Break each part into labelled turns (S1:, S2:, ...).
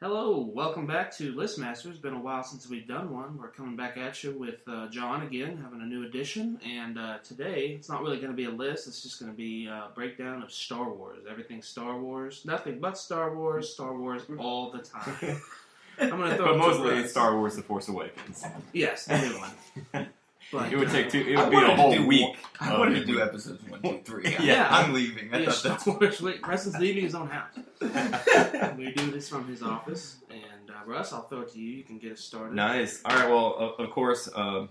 S1: Hello, welcome back to List Masters. Been a while since we've done one. We're coming back at you with uh, John again, having a new edition. And uh, today, it's not really going to be a list. It's just going to be a breakdown of Star Wars. Everything Star Wars. Nothing but Star Wars. Star Wars all the time. I'm going to throw. it to
S2: But mostly
S1: Russ.
S2: it's Star Wars: The Force Awakens.
S1: Yes, the new one. But,
S2: It would
S1: uh,
S2: take two. It
S3: I
S2: would be
S3: wanted
S2: a
S3: to
S2: whole
S3: do
S2: week.
S3: I
S2: of
S3: wanted
S2: it.
S3: to do episodes one, two, three. I-
S1: Yeah.
S3: I'm leaving. I
S1: Yeah,
S3: thought
S1: Star
S3: that's
S1: Wars. Wait, Preston's leaving his own house. We do this from his office. And uh, Russ, I'll throw it to you. You can get us started.
S2: Nice. All right. Well, of, of course, uh,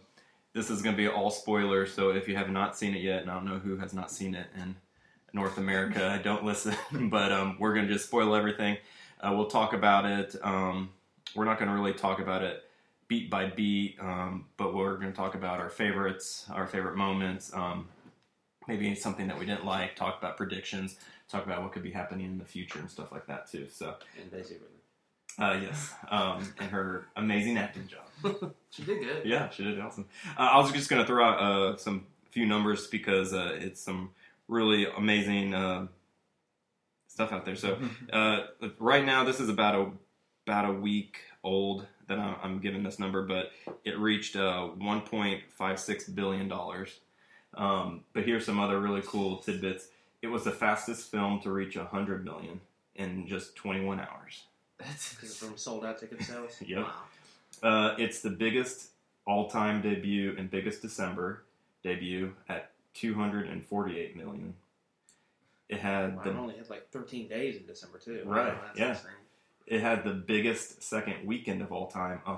S2: this is going to be all spoilers. So if you have not seen it yet, and I don't know who has not seen it in North America, don't listen. But um, we're going to just spoil everything. Uh, we'll talk about it. Um, we're not going to really talk about it beat by beat, um, but we're going to talk about our favorites, our favorite moments. Um, maybe something that we didn't like. Talk about predictions. Talk about what could be happening in the future and stuff like that too. So
S1: And basically,
S2: uh, yes, um, and her amazing acting job.
S1: she did good.
S2: Yeah, she did awesome. Uh, I was just going to throw out uh, some few numbers because uh, it's some really amazing uh, stuff out there. So uh, right now, this is about a about a week old that I'm, I'm giving this number, but it reached uh, 1.56 billion dollars. Um, but here's some other really cool tidbits. It was the fastest film to reach 100 million in just 21 hours.
S1: Because
S3: that's
S1: from sold out ticket sales.
S2: Yep.
S1: Wow.
S2: Uh, it's the biggest all-time debut and biggest December debut at 248 million. It had
S1: Wow, it
S2: the
S1: only had like 13 days in December too.
S2: Right,
S1: Wow, that's
S2: yeah.
S1: insane.
S2: it had the biggest second weekend of all time, uh,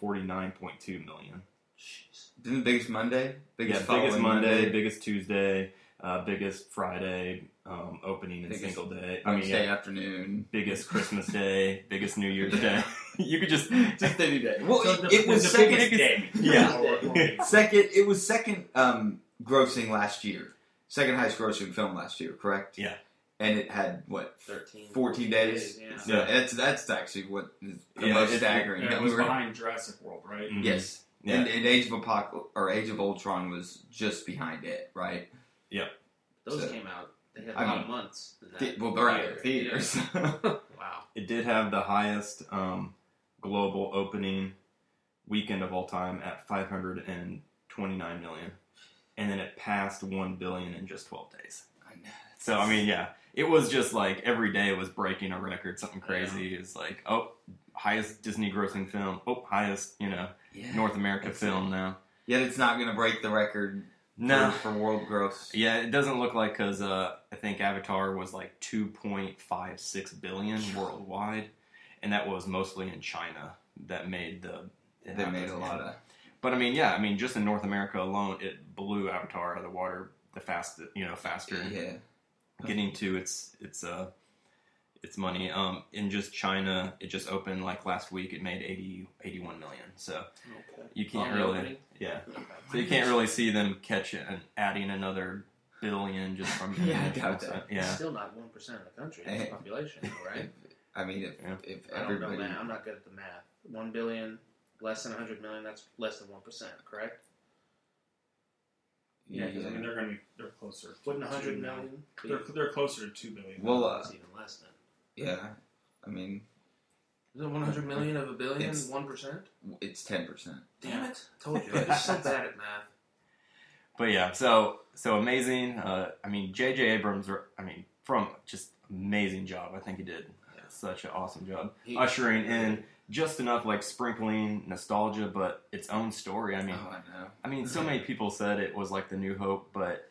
S2: 149.2 million.
S1: Jeez.
S3: Then the biggest Monday, biggest
S2: yeah, biggest
S3: following
S2: Monday, biggest Tuesday, uh, biggest Friday um, opening and
S3: Biggest
S2: single day. I mean,
S3: Wednesday
S2: yeah,
S3: afternoon,
S2: biggest Christmas day, biggest New Year's day. you could just
S3: just any day. Well,
S1: So
S3: it,
S1: the-
S3: it was
S1: the
S3: second.
S2: biggest
S1: day.
S2: Yeah.
S3: Second, it was second um, grossing last year. Second highest grossing film last year, correct?
S2: Yeah.
S3: And it had what
S1: 13.
S3: 14 days.
S1: Yeah.
S3: So that's that's actually what is the
S2: Yeah,
S3: most
S2: it-
S3: staggering.
S4: Yeah, it
S3: that
S4: was
S3: we were-
S4: behind Jurassic World, right?
S2: Mhm.
S3: Yes.
S2: Yeah.
S3: And, and Age of Apocalypse or Age of Ultron was just behind it, right?
S1: Those
S3: So-
S1: came out. They had a
S3: I
S1: lot
S3: mean,
S1: of months. in that
S3: Th- well, they're out
S1: year.
S3: of theaters.
S1: Yeah. Wow.
S2: It did have the highest um, global opening weekend of all time at 529 million, and then it passed 1 billion in just 12 days.
S3: I know.
S2: So I mean, yeah, it was just like every day was breaking a record, something crazy. It's like oh, highest Disney grossing film, oh, highest you know
S3: Yeah.
S2: North America
S3: That's
S2: film now.
S3: Yet it's not going to break the record
S2: No,
S3: for, for world gross.
S2: yeah, it doesn't look like because uh, I think Avatar was like 2.56 billion worldwide, and that was mostly in China that made the. it
S3: They
S2: happened.
S3: made a lot of.
S2: But I mean, yeah, I mean, just in North America alone, it blew Avatar out of the water the fast, you know, faster,
S3: Yeah.
S2: getting to its its uh its money. Um, in just China, it just opened like last week. It made 80, 81 million. So
S1: Okay.
S2: you
S1: On
S2: can't
S3: Oh,
S1: the
S2: really,
S1: opening?
S2: yeah.
S1: Okay.
S2: So you can't really see them catch it and adding another billion just from
S3: Yeah, I
S2: international
S3: doubt that.
S2: side.
S1: It's
S2: Yeah.
S1: still not one percent of the country
S3: Eh.
S1: population, though, right?
S3: I mean, if,
S2: Yeah.
S3: if
S1: I don't know
S3: everybody.
S1: math. I'm not good at the math. One billion, less than 100 million. That's less than one percent, correct?
S4: Yeah, because I mean they're going to they're closer.
S1: Wouldn't
S4: to
S1: 100
S4: two
S1: million? be-
S4: They're they're closer to two billion.
S3: Well, uh,
S1: It's even less than.
S3: yeah. I mean,
S1: Is it 100 million of a billion?
S3: It's-
S1: One percent?
S3: it's 10%.
S1: Damn it! Told you. I'm so bad at math.
S2: But yeah, so so amazing. Uh, I mean, J.J. Abrams. are- I mean, from just amazing job. I think he did such an awesome job
S1: He-
S2: ushering in just enough like sprinkling nostalgia, but its own story. I mean,
S3: oh, I know.
S2: I mean, so many people said it was like the New Hope, but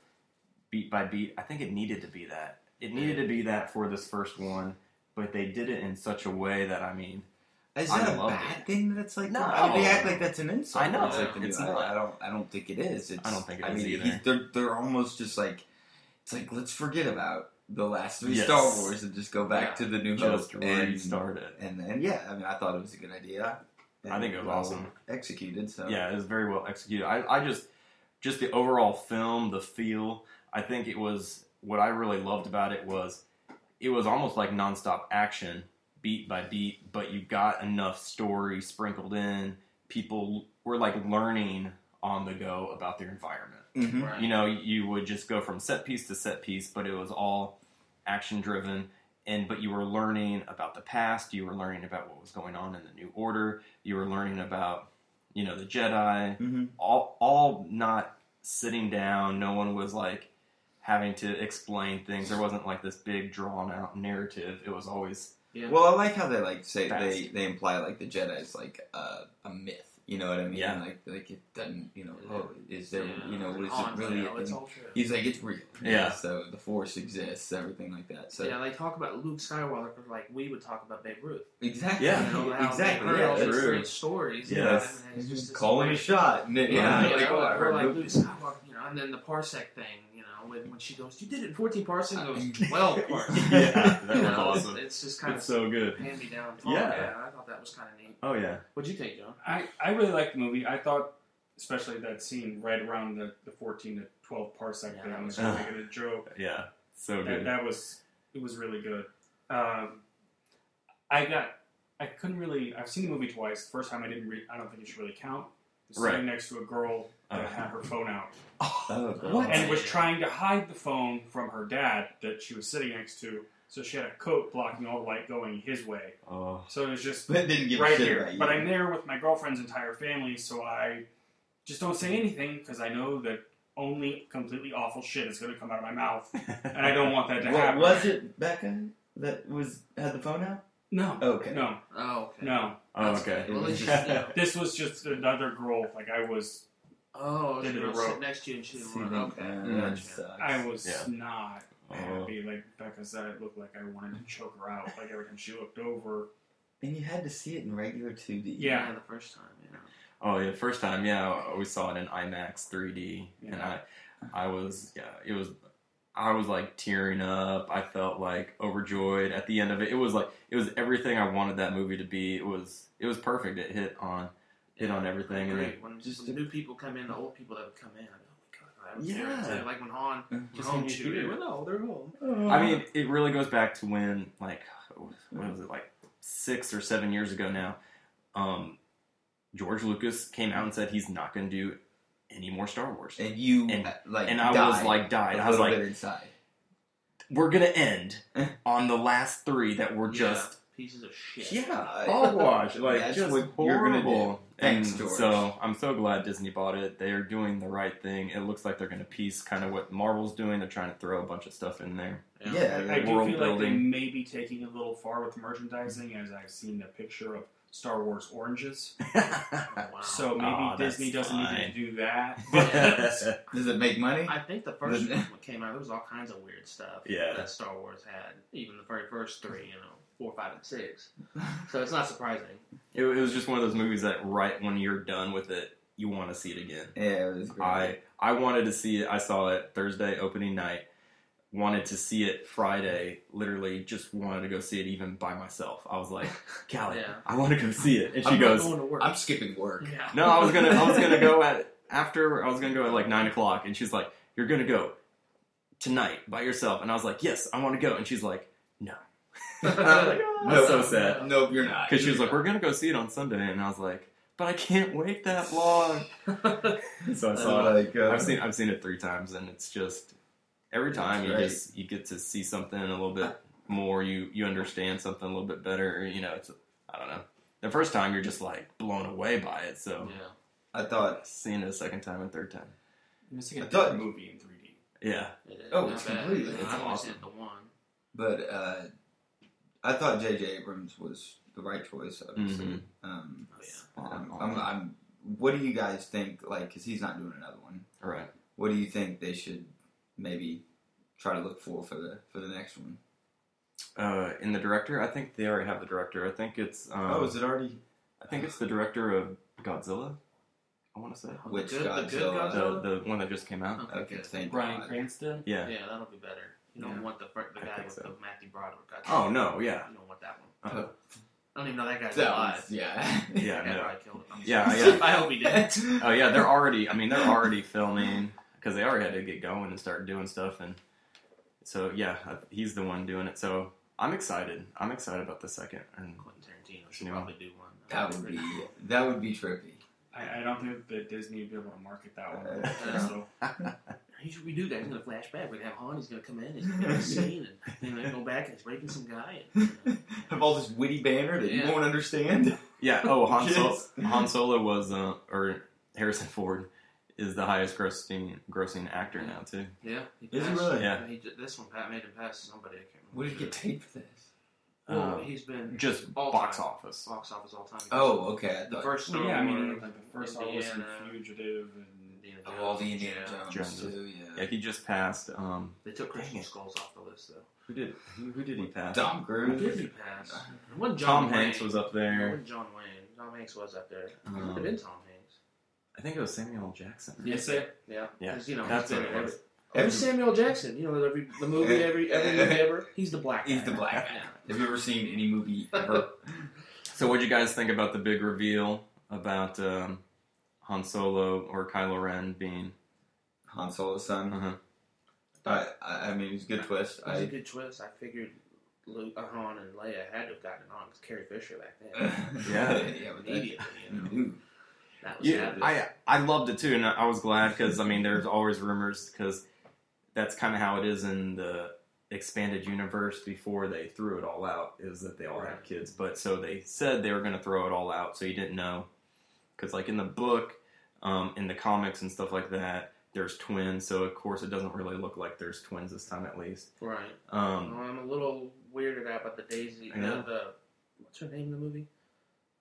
S2: beat by beat, I think it needed to be that. It needed to be that for this first one, but they did it in such a way that I mean,
S3: Is
S2: I
S3: that a
S2: love
S3: bad
S2: it.
S3: thing that it's like
S2: No.
S3: that? I mean, they act like that's an insult.
S2: I know.
S3: It's, like the
S2: It's
S3: new-
S2: not.
S3: I, I don't. I don't think it is. It's,
S2: I don't think it
S3: I
S2: is
S3: mean,
S2: either.
S3: he's- They're they're almost just like it's like let's forget about the last three
S2: Yes.
S3: Star Wars and just go back
S1: Yeah.
S3: to the New
S2: just
S3: Hope and
S2: restart it.
S3: and then yeah. I mean, I thought it was a good idea.
S2: I think it was
S3: well
S2: awesome.
S3: executed. So
S2: Yeah, it was very well executed. I, I just just the overall film, the feel. I think it was what I really loved about it was it was almost like nonstop action, beat by beat, but you got enough story sprinkled in. People were like learning on the go about their environment.
S3: Mhm.
S1: Right.
S2: You know, you would just go from set piece to set piece, but it was all action driven and but you were learning about the past. You were learning about what was going on in the New Order. You were learning about you know the Jedi.
S3: Mm-hmm.
S2: All all not sitting down. No one was like having to explain things. There wasn't like this big drawn out narrative. It was always
S1: Yeah.
S3: Well, I like how they like say
S2: Fast.
S3: they they imply like the Jedi is like a, a myth. You know what I mean?
S2: Yeah.
S3: Like like it doesn't. You know, oh, is there?
S1: oh, Yeah,
S3: You know, what is
S1: on
S3: it really?
S1: now, It's
S3: And
S1: all true.
S3: he's like, it's real.
S2: Yeah.
S3: So the Force exists, everything like that. So
S1: yeah, they talk about Luke Skywalker like we would talk about Babe Ruth.
S3: exactly,
S2: Yeah.
S1: You know, how
S3: exactly.
S1: They heard all
S3: Yeah,
S1: these
S2: true.
S1: great stories. you know,
S2: Yes.
S1: and it's just this
S3: calling a
S1: great-
S3: shot. And then,
S1: Yeah,
S3: yeah,
S1: yeah,
S3: like, oh, I
S1: like, we're
S3: heard
S1: like Luke
S3: Lucas.
S1: Skywalker, you know, and then the parsec thing, you know, when, when she goes, "You did it in 14 parsecs," and goes 12 parsecs.
S2: yeah, that
S1: You
S2: was
S1: know,
S2: awesome.
S1: It's just kind
S2: It's so good.
S1: of hand me down.
S2: Yeah.
S1: I thought that was kind of neat.
S2: Oh yeah,
S1: What'd you think, John?
S4: I, I really liked the movie. I thought, especially that scene right around the, the 14 to 12 parsec
S1: Yeah,
S4: thing, I was
S2: that
S4: just
S2: was-
S4: making a joke.
S2: yeah, so
S4: That,
S2: good.
S4: that was, it was really good. Um, I got, I couldn't really, I've seen the movie twice. The first time I didn't read, I don't think it should really count.
S2: Right.
S4: Sitting next to a girl that
S2: Uh.
S4: had her phone out.
S3: Oh, God.
S1: What?
S4: and was
S1: Yeah.
S4: trying to hide the phone from her dad that she was sitting next to. So she had a coat blocking all the light going his way.
S2: Oh
S4: So it was just
S3: But didn't give a
S4: right
S3: shit
S4: here.
S3: about you.
S4: But I'm there with my girlfriend's entire family, so I just don't say anything because I know that only completely awful shit is going to come out of my mouth, and I don't want that to
S3: What
S4: happen.
S3: was it, Becca? That was had the phone out?
S4: No,
S3: Okay.
S4: no,
S1: Oh, okay.
S4: no.
S2: Oh, okay.
S1: Well, it's just, yeah.
S4: This was just another girl. Like I was,
S1: Oh,
S4: Did
S1: she
S4: it
S1: was
S4: rope.
S1: sitting next to you and she didn't want to. Okay.
S3: Uh, that
S1: Gotcha.
S3: sucks.
S4: I was
S2: Yeah.
S4: not
S3: Uh-huh.
S2: Oh.
S4: happy. Like Becca said, it looked like I wanted to choke her out. Like every time she looked over,
S3: And you had to see it in regular 2D.
S4: Yeah.
S1: The first time, you know.
S2: Oh yeah, first time. Yeah, we saw it in IMAX 3D, and I,
S4: Yeah.
S2: I was yeah, it was, I was like tearing up. I felt like overjoyed at the end of it. It was like it was everything I wanted that movie to be. It was it was perfect. It hit on hit on everything, and then,
S1: Great. When
S3: Just
S1: just
S3: to-
S1: new people come in, the old people that would come in, I'd be, oh my god, I was
S2: Yeah.
S1: there too. Like when Han
S2: Just
S1: just home
S2: when you
S1: shooting,
S2: hear it.
S1: well, no, they're home.
S2: I mean, it really goes back to when like when was it like six or seven years ago now. Um, George Lucas came out and said he's not going to do any more Star Wars,
S3: and you
S2: And-
S3: uh, like
S2: and I was
S3: died
S2: like died.
S3: a
S2: I was
S3: little
S2: like.
S3: bit inside.
S2: we're gonna end
S3: Eh.
S2: on the last three that were just
S1: yeah, pieces of shit.
S2: yeah hogwash like
S3: That's
S2: just
S3: what
S2: horrible.
S3: you're gonna do. Thanks,
S2: and
S3: George.
S2: so I'm so glad Disney bought it. They are doing the right thing. It looks like they're gonna piece kind of what Marvel's doing. They're trying to throw a bunch of stuff in there.
S3: Yeah,
S4: I do
S2: world
S4: feel like they
S2: building.
S4: may be taking it a little far with merchandising, as I've seen a picture of Star Wars oranges.
S1: Oh, wow.
S4: So maybe
S3: Ah,
S2: Aw, that's
S4: Disney doesn't
S2: fine.
S4: need to do that.
S2: yeah,
S3: Does it make money?
S1: I think the first
S3: The-
S1: one that came out, there was all kinds of weird stuff
S2: Yeah.
S1: that Star Wars had. Even the very first three, you know, four, five, and six. So it's not surprising.
S2: it, it was just one of those movies that right when you're done with it, you want to see it again.
S3: yeah, it was great.
S2: I I wanted to see it. I saw it Thursday opening night. Wanted to see it Friday. Literally, just wanted to go see it even by myself. I was like, Callie,
S1: Yeah.
S2: I want to go see it. And she
S3: I'm
S1: not
S2: goes,
S1: going to work.
S3: I'm skipping work.
S1: yeah.
S2: No, I was gonna I was gonna go at after I was gonna go at like nine o'clock. And she's like, You're gonna go tonight by yourself. And I was like, Yes, I want to go. And she's like, No,
S3: Nope.
S2: so sad.
S3: Nope, you're not.
S2: because she was like, We're gonna go see it on Sunday. And I was like, But I can't wait that long. So I
S3: I
S2: saw it.
S3: was like, uh,
S2: I've seen I've seen it three times, and it's just every time you
S3: Right.
S2: just you get to see something a little bit more. You you understand something a little bit better. or, You know, it's I don't know. The first time you're just like blown away by it. So
S1: Yeah.
S3: I thought.
S2: seeing it a second time and third time,
S4: Missing
S3: I
S4: a
S3: thought-
S4: dark movie in 3D.
S2: yeah,
S1: It is.
S3: Oh,
S1: Not
S3: it's
S1: bad.
S3: completely-
S2: it's
S1: I've only
S2: awesome.
S1: seen the one.
S3: But uh, I thought J.J. Abrams was the right choice, obviously.
S2: Mhm.
S3: Um,
S1: Oh, yeah.
S3: I'm,
S2: Um,
S3: I'm, I'm, what do you guys think? Like, because he's not doing another one.
S2: all right.
S3: What do you think they should maybe try to look for for the for the next one?
S2: Uh, in the director, I think they already have the director. I think it's um,
S3: Oh, it already?
S2: I think it's the director of Godzilla. I want to say
S3: Which
S1: the good, the good
S3: Godzilla?
S2: the
S1: Godzilla?
S2: the one that just came out.
S3: Okay, thank
S4: Brian
S3: God.
S4: Cranston.
S2: Yeah.
S1: Yeah, that'll be better. You don't
S2: Yeah.
S1: want the fir- the
S2: I
S1: guy
S2: think
S1: with
S2: so.
S1: the Matthew Broderick. Guy.
S2: Oh no, yeah,
S1: You don't want that one.
S2: Uh,
S1: I don't even know that guy's
S3: That
S1: alive.
S3: was- yeah.
S2: yeah,
S1: That guy
S2: no.
S1: probably killed him. I'm
S2: Yeah,
S1: sorry.
S3: yeah.
S1: I hope he did.
S2: Oh yeah, they're already. I mean, they're already filming because they already had to get going and start doing stuff. And so yeah, I- he's the one doing it. So I'm excited. I'm excited about the second. And
S1: Quentin Tarantino should
S2: Yeah.
S1: probably do one.
S3: That would be that would be trippy. Oh,
S4: I, I don't think that Disney would be able to market that one.
S3: Uh,
S4: so.
S1: here's what we do, guys. It's gonna flash back. We're gonna have Han. He's gonna come in and have a scene, and you know, go back and he's raping some guy. And, you know.
S3: Have all this witty banner that
S1: Yeah.
S3: you won't understand.
S2: Yeah. Oh, Han, Sol-
S3: Yes.
S2: Han Solo was, uh, or Harrison Ford is the highest grossing grossing actor now too.
S1: Yeah, he
S3: Is he
S1: passed.
S3: really?
S2: Yeah.
S1: He, ju- this one Pat made him pass to somebody. I can't remember.
S3: What did you get paid for this?
S1: Well,
S2: Um,
S1: he's been
S2: Just
S1: All
S2: box
S1: time.
S2: office.
S1: box office all time.
S3: Oh, okay. I
S1: the
S3: thought-
S1: first Star
S4: yeah, I mean,
S1: Wars,
S2: uh,
S4: like the first Star Wars and
S1: Indiana,
S4: Fugitive and
S1: Indiana
S3: of all the
S1: Jones,
S3: Indiana
S1: yeah.
S3: Jones,
S2: Jones.
S3: too.
S2: Yeah,
S3: Yeah.
S2: he just passed. Um,
S1: They took
S2: Dang
S1: Christian
S2: it.
S1: Skulls off the list though.
S2: who did who, who did he pass?
S3: Tom Cruise.
S1: Did he pass? It wasn't John
S2: Tom Hanks was up
S1: It
S2: there.
S1: wasn't John Wayne. Tom Hanks was up there. It might have
S2: Um,
S1: been Tom Hanks.
S2: I think it was Samuel L. Jackson.
S4: yes, it.
S1: Yeah.
S2: Yeah,
S1: 'Cause, You know,
S2: that's
S1: he's
S2: what
S1: been
S2: it
S1: in
S2: was.
S1: Every Samuel Jackson, you know, every the movie, every every movie ever, he's the black.
S3: He's
S1: guy.
S3: the black guy.
S1: Yeah.
S3: Have you ever seen any movie ever?
S2: So, what'd you guys think about the big reveal about um, Han Solo or Kylo Ren being?
S3: Han Solo's son.
S2: uh
S3: I, I I mean, it was a good twist.
S1: It was a
S3: I,
S1: good twist. I figured Luke, uh, Han, and Leia had to have gotten it on because Carrie Fisher back then,
S2: Yeah.
S3: yeah, with that.
S1: immediately. You know,
S3: Ooh.
S1: that was
S2: Yeah,
S1: happening.
S2: I I loved it too, and I was glad because I mean, there's always rumors because that's kind of how it is in the expanded universe before they threw it all out is that they all have
S1: Right.
S2: kids, but so they said they were going to throw it all out, so you didn't know because like in the book, um, in the comics and stuff like that, there's twins, so of course it doesn't really look like there's twins this time at least.
S1: right.
S2: Um,
S1: Well, Oh, I'm a little weirded out about the Daisy.
S2: I
S1: The,
S2: know.
S1: the what's her name in the movie?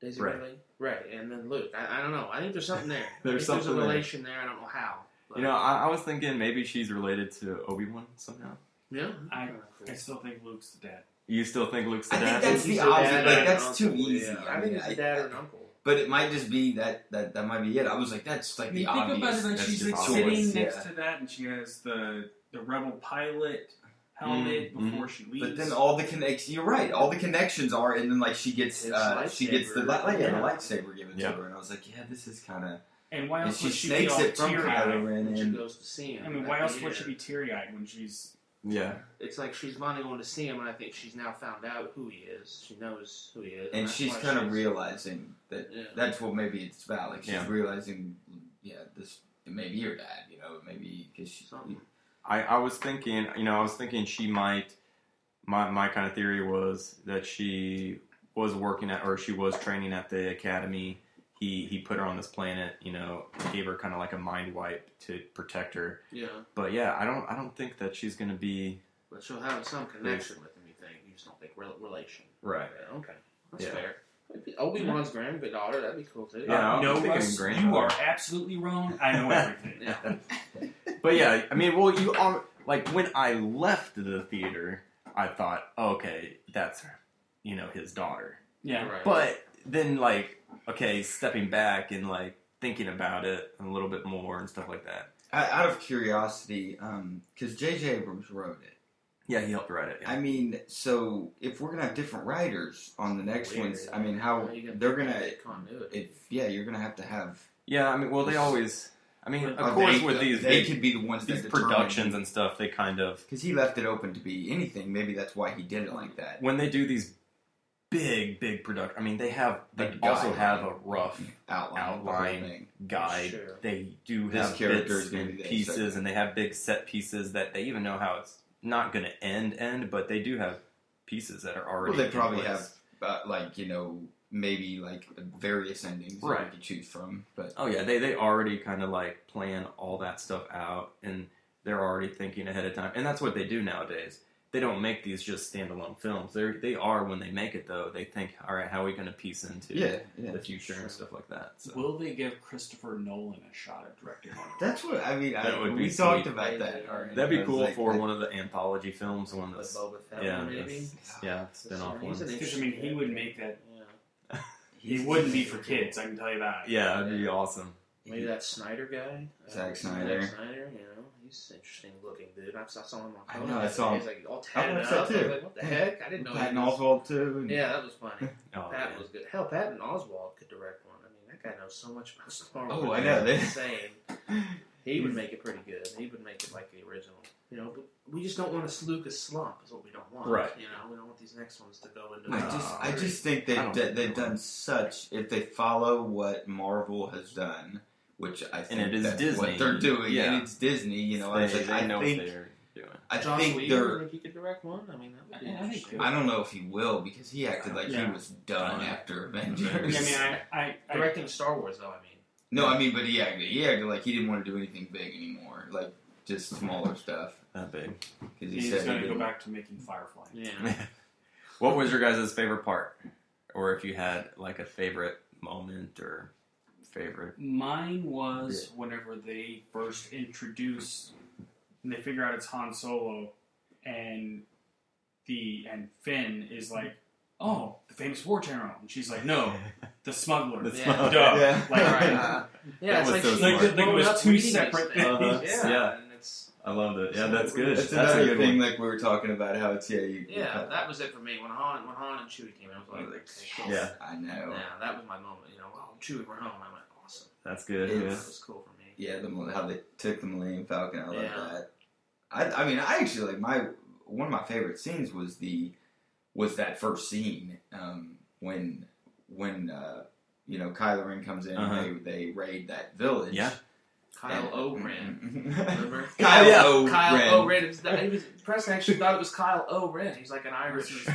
S1: Daisy
S2: Ray.
S1: Ridley. Right, and then Luke. I, I don't know. I think there's something there.
S2: There's
S1: I think
S2: something
S1: there's
S2: there.
S1: a relation there. I don't know how. but-
S2: you know, I, I was thinking maybe she's related to Obi Wan somehow.
S1: yeah.
S4: I,
S1: Cool.
S4: I still think Luke's the dad.
S2: You still think Luke's the
S3: I think
S2: dad?
S3: that's
S1: He's
S3: the
S1: a dad
S3: opposite. Like,
S1: and
S3: that's
S1: uncle,
S3: too easy.
S1: yeah.
S3: I
S1: I think
S3: mean,
S1: it's
S3: I-
S1: a dad or an uncle.
S3: But it might just be that that that might be it. I was like, that's like the
S4: think about
S3: obvious.
S4: it, like
S2: that's
S4: she's
S2: just
S4: like
S2: obvious,
S4: sitting next
S3: yeah.
S4: to that, and she has the the rebel pilot helmet
S2: Mm,
S4: before she leaves.
S3: Mm-hmm. But then all the connects. You're right. All the connections are, and then like she gets,
S1: His
S3: uh, she gets the li-
S1: lightsaber.
S3: like, yeah, the
S2: Yeah.
S3: lightsaber given
S2: Yeah.
S3: to her, and I was like, yeah, this is kind of.
S4: and why
S3: And
S4: else
S3: she
S4: would she be
S3: snakes
S4: all
S3: it from
S4: teary
S3: Kylo
S4: eyed?
S3: Ren,
S1: When she
S3: and
S1: goes to see him.
S4: I mean,
S1: that
S4: why else
S1: year.
S4: would she be teary eyed when she's?
S2: yeah.
S1: It's like she's finally going to see him, and I think she's now found out who he is. She knows who he is,
S3: and
S1: that's
S3: she's
S1: why
S3: kind of
S1: she's-
S3: realizing that
S1: Yeah.
S3: that's what maybe it's about. Like she's
S2: Yeah.
S3: realizing, yeah, this it may be your dad. You know, maybe because she.
S1: Something.
S2: I, I was thinking, you know, I was thinking she might. My my kind of theory was that she was working at or she was training at the academy. He he put her on this planet, you know, gave her kind of like a mind wipe to protect her.
S1: Yeah,
S2: But yeah, I don't I don't think that she's gonna be
S1: but she'll have some connection with him. You think? You just don't think rel- relation.
S2: right.
S1: Yeah, okay, that's
S2: Yeah.
S1: fair. Obi Wan's granddaughter, that'd be cool too.
S2: Yeah, I was
S4: no,
S2: thinking
S4: Russ, you
S2: grandmother.
S4: are absolutely wrong. I know everything.
S1: Yeah.
S2: But yeah, I mean, well, you are like when I left the theater, I thought, okay, that's her, you know, his daughter.
S4: yeah.
S1: Right.
S2: But then, like, okay, stepping back and like thinking about it a little bit more and stuff like that.
S3: Out out of curiosity, um, because J.J. Abrams wrote it.
S2: Yeah, he helped write it. Yeah.
S3: I mean, so if we're gonna have different writers on the next
S1: Weird.
S3: ones, I mean, how
S1: you
S3: they're gonna?
S1: get continuity?
S3: If yeah, you're gonna have to have.
S2: yeah, I mean, well, they always. I mean,
S4: But
S2: of
S3: or
S2: course,
S3: they-
S2: with these
S3: they
S2: big-
S3: could be the ones
S2: these
S3: that
S2: productions and stuff, they kind of
S3: because he left it open to be anything. Maybe that's why he did it like that.
S2: when they do these big, big product. I mean, they have they
S3: Like
S2: also
S3: guide.
S2: have a rough
S3: Outline, of the whole
S2: Outline.
S3: thing.
S2: guide.
S1: Sure.
S2: They do
S3: This
S2: have
S3: character
S2: bits
S3: is gonna
S2: and
S3: be this,
S2: pieces, and they have big set pieces that they even know how it's not going to end. End, but they do have pieces that are already.
S3: Well, they
S2: in
S3: probably
S2: place.
S3: have uh, like you know maybe like various endings that
S2: Right.
S3: you could choose from, but
S2: Oh yeah, they they already kind of like plan all that stuff out, and they're already thinking ahead of time, and that's what they do nowadays. They don't make these just standalone films. They they are when they make it though. They think, all right, how are we going to piece into
S3: yeah, yeah.
S2: the future and stuff like that. So.
S4: Will they give Christopher Nolan a shot at directing one? of
S3: That's what I mean. I,
S2: That would
S3: we
S2: be
S3: talked
S2: sweet.
S3: about that. already.
S2: That'd be
S3: I was
S2: cool
S3: like,
S2: for
S3: I-
S2: one of the anthology films, one of
S1: With
S2: those,
S1: Boba Fett,
S2: yeah,
S1: maybe.
S2: that's- yeah, spin-off
S1: He's an
S2: ones.
S4: those? Because I mean, he would make that.
S1: Yeah.
S4: He wouldn't be for kids. I can tell you that.
S2: Yeah, it'd be awesome.
S1: Maybe that Snyder guy,
S3: Zack
S1: Uh,
S3: Snyder.
S1: Zack Snyder, you know, he's an interesting looking dude. I, I saw him on.
S3: I
S1: Conan
S3: know, I
S1: the other
S3: saw
S1: day.
S3: him.
S1: He's like all
S3: I
S1: tatted up.
S3: watched that
S1: I
S3: too.
S1: was like, what the heck? I didn't know.
S3: Patton
S1: he was-
S3: Oswald too. and-
S1: Yeah, that was funny.
S2: Oh,
S1: Patton
S2: man.
S1: was good. Hell, Patton Oswald could direct one. I mean, that guy knows so much about Star Wars.
S3: Oh, I know.
S1: It's insane. He would make it pretty good. He would make it like the original. You know, but we just don't want to Lucas slump is what we don't want.
S2: Right.
S1: You know, we don't want these next ones to go into. uh,
S3: I
S1: the-
S3: just,
S2: No.
S3: I just think they
S2: Uh, I don't
S3: that
S2: think
S3: they've
S2: they will.
S3: done such. If they follow what Marvel has done which I think
S2: it is
S3: that's
S2: Disney.
S3: what they're doing.
S2: Yeah.
S3: And it's Disney, you know. I, was
S2: they,
S3: like,
S2: they
S3: I
S2: know
S3: think
S2: what they're doing.
S3: I
S1: John
S3: think
S1: Lee,
S3: they're.
S1: if he could direct one, I mean, that would be
S4: I- I think
S1: interesting.
S4: so.
S3: I don't know if he will because he acted like
S4: Yeah.
S3: he was done
S2: Done.
S3: after
S4: I
S3: Avengers.
S4: mean, I, I, I
S1: Directing Star Wars, though, I mean.
S3: no, I mean, but he acted. He acted like he didn't want to do anything big anymore, like just smaller stuff.
S2: That big.
S3: Because he
S4: he's
S3: said he
S4: going to go
S3: didn't-
S4: back to making Firefly.
S1: Yeah.
S2: what was your guys' favorite part? Or if you had like a favorite moment or favorite.
S4: Mine was whenever they first introduce and they figure out it's Han Solo and the and Finn is like, Oh, the famous war general and she's like, No, the smuggler.
S2: That's
S1: Yeah.
S2: my-
S4: Duh.
S3: Yeah.
S4: Like,
S1: Right.
S2: That
S1: Yeah, it's
S2: was
S1: like
S2: so
S1: she's
S2: smart.
S1: grown
S4: Like, it was
S1: up
S4: two
S1: reading these
S4: separate
S1: things.
S2: Uh-huh.
S1: Yeah.
S2: Yeah.
S1: And it's,
S2: I loved it. Yeah, that's good.
S3: That's,
S2: That's,
S3: another
S2: a good
S3: thing,
S2: one.
S3: like we were talking about how it's yeah. You,
S1: yeah, that was it for me. When Han, when Han and Chewie came in, I was like,
S3: Like,
S1: okay, cool.
S2: Yeah.
S3: I know.
S1: yeah, that was my moment. You know, oh, Chewie, we're home. I went, awesome.
S2: That's good.
S3: It's-
S1: That
S2: Yeah.
S1: was cool for me.
S3: Yeah, the Mil- how they took the Millennium Falcon. I love
S1: Yeah.
S3: that. I, I mean, I actually like my one of my favorite scenes was the was that first scene um, when when uh, you know Kylo Ren comes in
S2: Uh-huh.
S3: and they they raid that village.
S2: Yeah.
S1: Kyle O'Ren. Remember?
S3: Kyle
S2: Yeah.
S3: O'Ren.
S1: Kyle O'Ren. It was- He was, Preston actually thought it was Kyle O'Ren. He's like an Irish.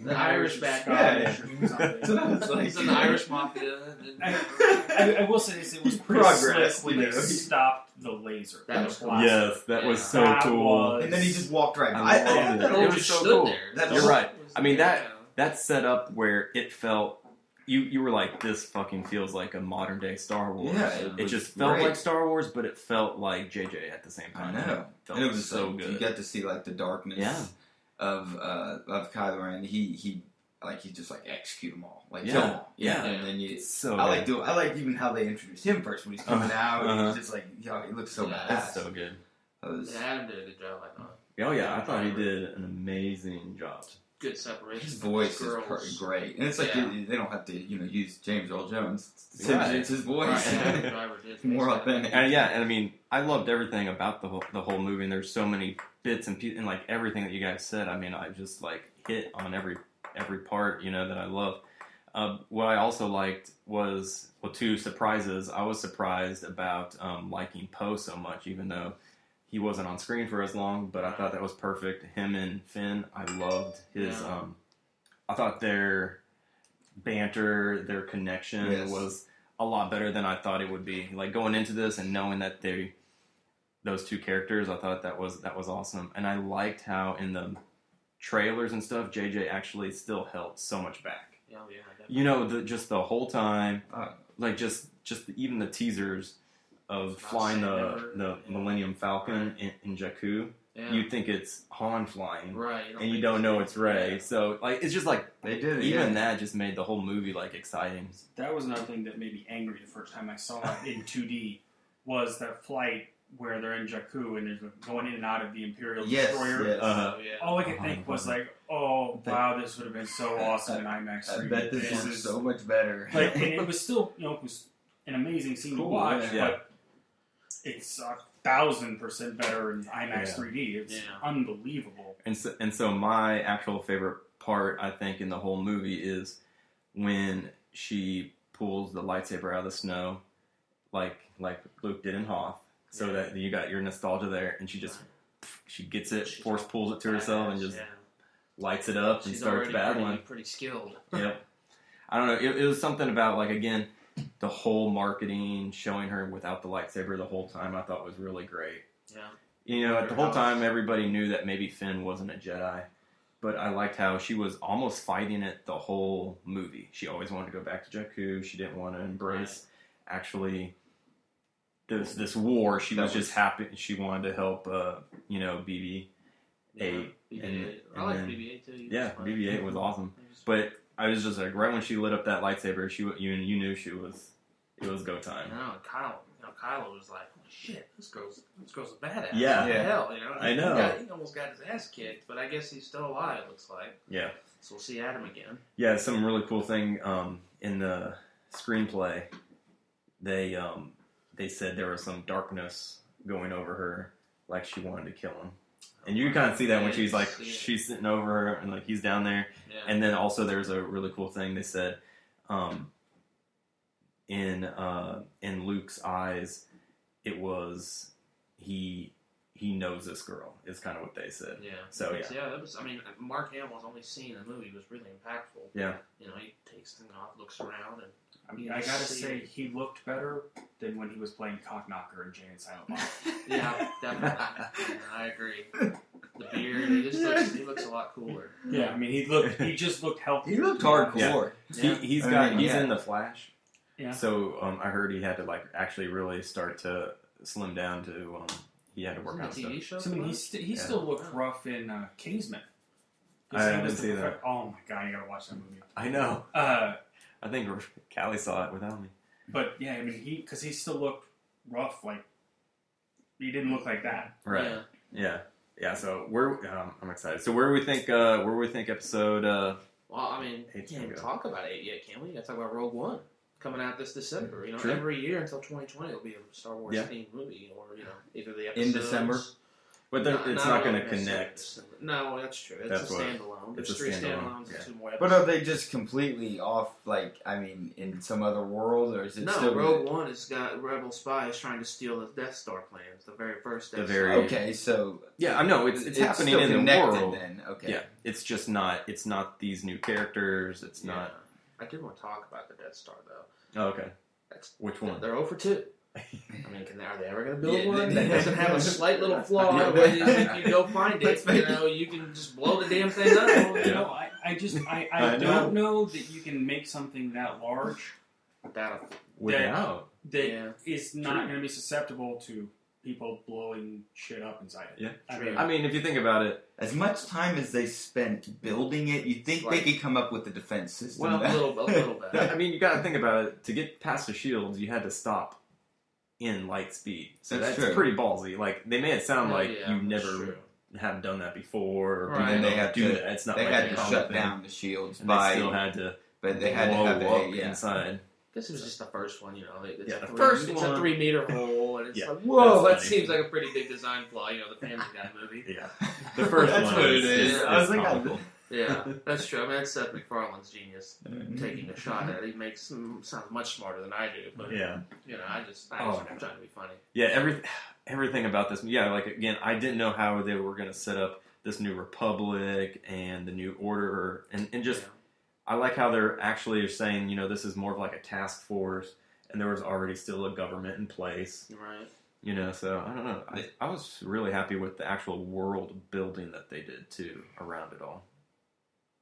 S1: The Irish background.
S4: Scottish or something.
S3: So that was like
S1: He's an Irish mafia.
S4: I, I will say this: it was pretty
S3: Progress,
S4: slick when
S3: you
S4: they
S3: know.
S4: stopped the laser.
S1: That
S4: The
S1: was cool.
S4: blast.
S2: Yes, that was
S1: Yeah.
S2: so
S4: That
S2: cool.
S4: was-
S3: And then he just walked right by.
S2: I
S3: I, I,
S2: love
S3: thought
S2: it.
S3: that
S1: It
S3: whole-
S2: was
S1: was just
S2: so
S1: stood
S2: cool.
S1: there.
S3: That's-
S2: You're right.
S1: was
S2: I mean,
S1: there,
S2: that-
S1: yeah.
S2: that set up where it felt you you were like this fucking feels like a modern day Star Wars.
S3: yeah,
S2: It
S3: was
S2: just felt
S3: great.
S2: like Star Wars, but it felt like JJ at the same
S3: I
S2: time.
S3: know.
S2: felt
S3: and it was
S2: so
S3: like,
S2: good.
S3: You got to see like the darkness
S2: Yeah.
S3: of uh, of Kylo Ren. He he like he just like execute them all, like
S2: Yeah.
S3: kill them all.
S2: Yeah.
S3: and then you.
S2: It's so
S3: I
S2: good.
S3: like do I like even how they introduced him first when he's coming
S2: Uh-huh.
S3: out. and
S2: Uh-huh.
S3: He's just like, yo, he looks so
S1: Yeah.
S3: badass.
S2: it's so good.
S3: That was-
S1: Yeah, Adam did a good job. I thought.
S2: Oh yeah, I thought he did an amazing job.
S1: Good separation.
S3: his voice is
S1: Girls.
S3: per- great, and it's like
S1: Yeah.
S3: you- they don't have to you know use James Earl Jones. It's,
S2: Right.
S3: it's his voice.
S1: Right, Adam
S2: Right.
S1: Driver did
S3: More
S1: basically.
S3: authentic.
S2: And yeah, and I mean, I loved everything about the whole the whole movie. And there's so many bits and pieces, and like everything that you guys said. I mean, I just like hit on every every part, you know, that I love. Uh, what I also liked was well, two surprises. I was surprised about um, liking Poe so much, even though he wasn't on screen for as long. But I thought that was perfect. Him and Finn, I loved his.
S1: Yeah.
S2: Um, I thought their banter, their connection
S3: Yes.
S2: was a lot better than I thought it would be. Like going into this and knowing that they those two characters, I thought that was that was awesome. And I liked how in the trailers and stuff, JJ actually still held so much back.
S1: Yeah, yeah, definitely.
S2: You know, the, just the whole time,
S3: Oh.
S2: like just just even the teasers of
S1: About
S2: flying the
S1: Saber,
S2: the
S1: yeah.
S2: Millennium Falcon in, in Jakku.
S1: yeah.
S2: You think it's Han flying,
S1: right,
S2: and you
S1: think
S2: don't
S1: so.
S2: know it's Ray.
S1: Yeah.
S2: So like it's just like
S3: They did it.
S2: even
S3: yeah.
S2: that just made the whole movie like exciting.
S4: That was another thing that made me angry the first time I saw it in 2D was that flight where they're in Jakku and they're going in and out of the Imperial
S3: Yes,
S4: destroyer.
S3: yes.
S2: Uh,
S1: So, yeah.
S4: All I could think was like, oh
S3: That-
S4: wow, this would have been so awesome in IMAX.
S3: I
S4: 3D.
S3: bet this
S4: This
S3: looks
S4: is-
S3: so much better.
S4: like, and it was still you know it was an amazing scene
S2: Cool,
S4: to watch,
S2: yeah.
S4: but it's a thousand percent better in IMAX
S2: Yeah.
S4: 3D. It's
S1: Yeah.
S4: unbelievable.
S2: And so, and so my actual favorite part, I think, in the whole movie is when she pulls the lightsaber out of the snow, like like Luke did in Hoth, so
S1: Yeah.
S2: that you got your nostalgia there, and she just she gets it,
S1: She's
S2: force pulls it to herself, and just
S1: yeah.
S2: lights it up and
S1: She's
S2: starts
S1: already
S2: battling.
S1: Pretty, pretty skilled.
S2: yep. I don't know. It, it was something about like again, the whole marketing, showing her without the lightsaber the whole time. I thought was really great.
S1: Yeah.
S2: You know, the whole
S1: house.
S2: time everybody knew that maybe Finn wasn't a Jedi, but I liked how she was almost fighting it the whole movie. She always wanted to go back to Jakku. She didn't want to embrace actually this this war. She
S3: That
S2: was,
S3: was-
S2: just happy. She wanted to help, uh, you know, BB.
S1: yeah.
S2: Eight,
S1: BB-8.
S2: and-
S1: I like
S2: and then-
S1: BB-8 too. He was
S2: Yeah,
S1: fun.
S2: BB-8 was awesome.
S1: He was-
S2: But I was just like, right when she lit up that lightsaber, she wa- you you knew she was it was go time.
S1: You know, and Kyle, you know, Kylo was like, "Holy shit, this girl's this girl's a badass."
S2: Yeah.
S1: What the
S3: Yeah.
S1: hell, you know.
S2: I
S1: He
S2: know.
S1: got- he almost got his ass kicked, but I guess he's still alive. It looks like.
S2: Yeah.
S1: So we'll see Adam again.
S2: Yeah, some really cool thing um, in the screenplay. They um, they said there was some darkness going over her, like she wanted to kill him. And you can kind of see that when
S1: Yeah,
S2: she's
S1: you
S2: like
S1: see it.
S2: she's sitting over her and like he's down there.
S1: Yeah.
S2: And then also there's a really cool thing they said. Um, in uh, in Luke's eyes, it was he he knows this girl is kind of what they said.
S1: Yeah.
S2: So yeah,
S1: that was. I mean, Mark Hamill's only scene in the movie was really impactful.
S2: Yeah.
S1: You know, he takes things off, looks around, and
S4: I mean, I gotta say, he looked better than when he was playing Cockknocker in Jay and Silent Bob.
S1: yeah, definitely. Yeah, I agree. The beard, he just looks. He looks a lot cooler.
S4: yeah, I mean, he looked, he just looked healthy.
S3: He looked hardcore.
S1: Yeah.
S2: He, he's
S3: I
S2: got
S3: mean,
S2: he's
S3: yeah.
S2: in the Flash.
S4: Yeah.
S2: So um, I heard he had to like actually really start to slim down to um, he had to work
S1: Isn't
S2: on
S1: the TV
S2: stuff.
S1: show.
S4: So, I mean, he,
S1: close?
S4: st- he
S2: Yeah.
S4: still looked rough in uh, Kingsman.
S2: I
S4: He
S2: didn't
S4: was the
S2: see that.
S4: perfect- Oh my god, you gotta watch that movie.
S2: I know.
S4: Uh,
S2: I think Callie saw it without me.
S4: but yeah, I mean, he because he still looked rough. Like he didn't look like that.
S2: Right.
S1: Yeah.
S2: Yeah. Yeah, so we're um, I'm excited. So where we think uh where we think episode uh
S1: Well, I mean, we
S2: Eight's
S1: can't even
S2: gonna go.
S1: talk about it yet, can we? Let's talk about Rogue One coming out this December. You know,
S2: True.
S1: every year until 2020 will be a Star Wars
S2: Yeah.
S1: themed movie, or you know, either the
S3: In
S1: episodes,
S3: December?
S2: but there, it's not going
S1: really
S2: to
S1: necessarily
S2: connect.
S1: December. No, that's true. It's
S2: That's
S1: a
S2: what-
S1: standalone.
S2: it's
S1: There's
S2: a
S1: three
S2: standalone,
S1: standalones
S2: yeah.
S1: and
S2: uh,
S1: two more
S3: But
S1: episodes.
S3: are they just completely off? Like, I mean, in some other world, or is it
S1: no,
S3: still
S1: Rogue One has got rebel spies trying to steal the Death Star plans, the very first
S2: The
S1: Death
S2: very-
S1: Star.
S3: Okay, so
S2: Yeah, I know it's it's, happening
S3: still
S2: in the
S3: connected
S2: world.
S3: Then, okay.
S2: Yeah. It's just not it's not these new characters. It's
S1: Yeah.
S2: not
S1: I did want to talk about the Death Star though.
S2: oh, okay.
S1: That's-
S2: Which one?
S1: They're 0 for 2. I mean, can they, are they ever going to build
S3: Yeah,
S1: one
S3: they-
S1: that doesn't have a slight little flaw?
S3: Yeah.
S1: where you- if you go find it,
S3: Let's
S1: you
S3: make-
S1: know, you can just blow the damn thing up.
S4: Well,
S2: Yeah.
S4: No, I, I just I, I,
S2: I
S4: don't know that you can make something that large
S1: That'll,
S2: Without.
S4: that is
S1: yeah.
S4: not going to be susceptible to people blowing shit up inside it.
S2: Yeah.
S4: I
S1: True.
S4: mean,
S2: I mean, if you think about it,
S3: As much time as they spent building it, you think
S1: Right.
S3: they could come up with a defense system?
S2: Well,
S1: A little, a little bit.
S2: I mean, you got to think about it. To get past the shields, you had to stop in light speed. So
S3: That's
S2: that's,
S3: true.
S2: pretty ballsy. Like they made it sound like
S1: Yeah,
S2: you
S1: that's
S2: never
S1: true.
S2: have done that before. Or
S1: Right.
S2: you
S1: And
S2: know,
S3: they had
S2: do
S3: to-
S2: that. It's not
S3: they
S2: like
S3: had
S2: a
S3: to
S1: common
S3: shut
S2: thing.
S3: down the shields
S2: And
S3: by,
S2: they still had to.
S3: but they had to
S2: blow
S3: have
S2: up
S3: a yeah.
S2: inside.
S1: I guess it was just the first one, you know. It's
S2: Yeah,
S1: a
S2: the
S1: three,
S2: first
S1: It's a
S2: one.
S1: three meter hole, and it's
S2: Yeah,
S1: like, whoa, that
S2: that's funny.
S1: seems like a pretty big design flaw, you know, the Family Guy movie.
S2: Yeah, the first
S3: That's
S2: one
S3: what
S2: is,
S3: it is.
S2: is-
S3: I was
S2: is
S3: like, I-
S2: comical.
S1: Yeah, that's true. I mean, that's Seth MacFarlane's genius
S2: Mm-hmm.
S1: taking a shot at it. He makes him sound much smarter than I do, but,
S2: Yeah,
S1: you know, I just, I
S2: Oh,
S1: just
S2: no.
S1: am trying to be funny.
S2: yeah. Every, everything about this. Yeah, like again, I didn't know how they were going to set up this new republic and the new order, and and just
S1: you know.
S2: I like how they're actually saying, you know, this is more of like a task force, and there was already still a government in place,
S1: Right.
S2: you know. So I don't know. I, I was really happy with the actual world building that they did too around it all.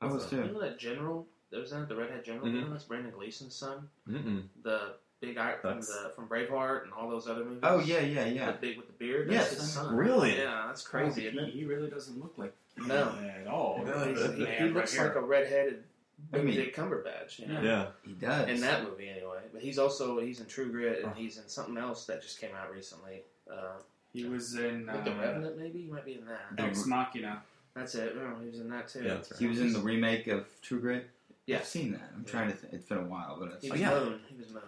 S3: I was
S1: You
S3: too.
S1: know that general that was in it, the redhead general? You
S3: Mm-hmm.
S2: Mhm.
S1: know that's Brandon Gleason's son,
S2: Mm-mm.
S1: the big guy from
S2: That's-
S1: the from Braveheart and all those other movies.
S3: Oh yeah, yeah,
S1: the
S3: yeah.
S1: big with the beard. That's
S3: Yes.
S1: his son.
S2: Really?
S1: Yeah, that's crazy. isn't
S4: He,
S1: it?
S4: he really doesn't look like
S1: No.
S4: that at all.
S2: No,
S4: He's
S1: He's-
S4: a
S1: he, he
S4: man right
S1: looks
S4: here.
S1: like a redheaded
S3: I mean-
S1: Benedict Cumberbatch. You know?
S2: Yeah,
S3: He does.
S1: In that movie, anyway, but he's also he's in True Grit
S3: Oh.
S1: and he's in something else that just came out recently. Uh,
S4: He was in
S1: I think The
S4: uh,
S1: Revenant, maybe he might be in that.
S3: The-
S4: Ex Machina.
S1: That's it. Oh, he was in that too.
S2: Yeah, that's right.
S3: he was in the remake of True Grit.
S1: Yeah.
S3: I've seen that. I'm
S1: Yeah.
S3: trying to. Th- it's been a while, but
S1: He
S3: it's
S1: was
S2: yeah.
S1: Moon. He was Moon.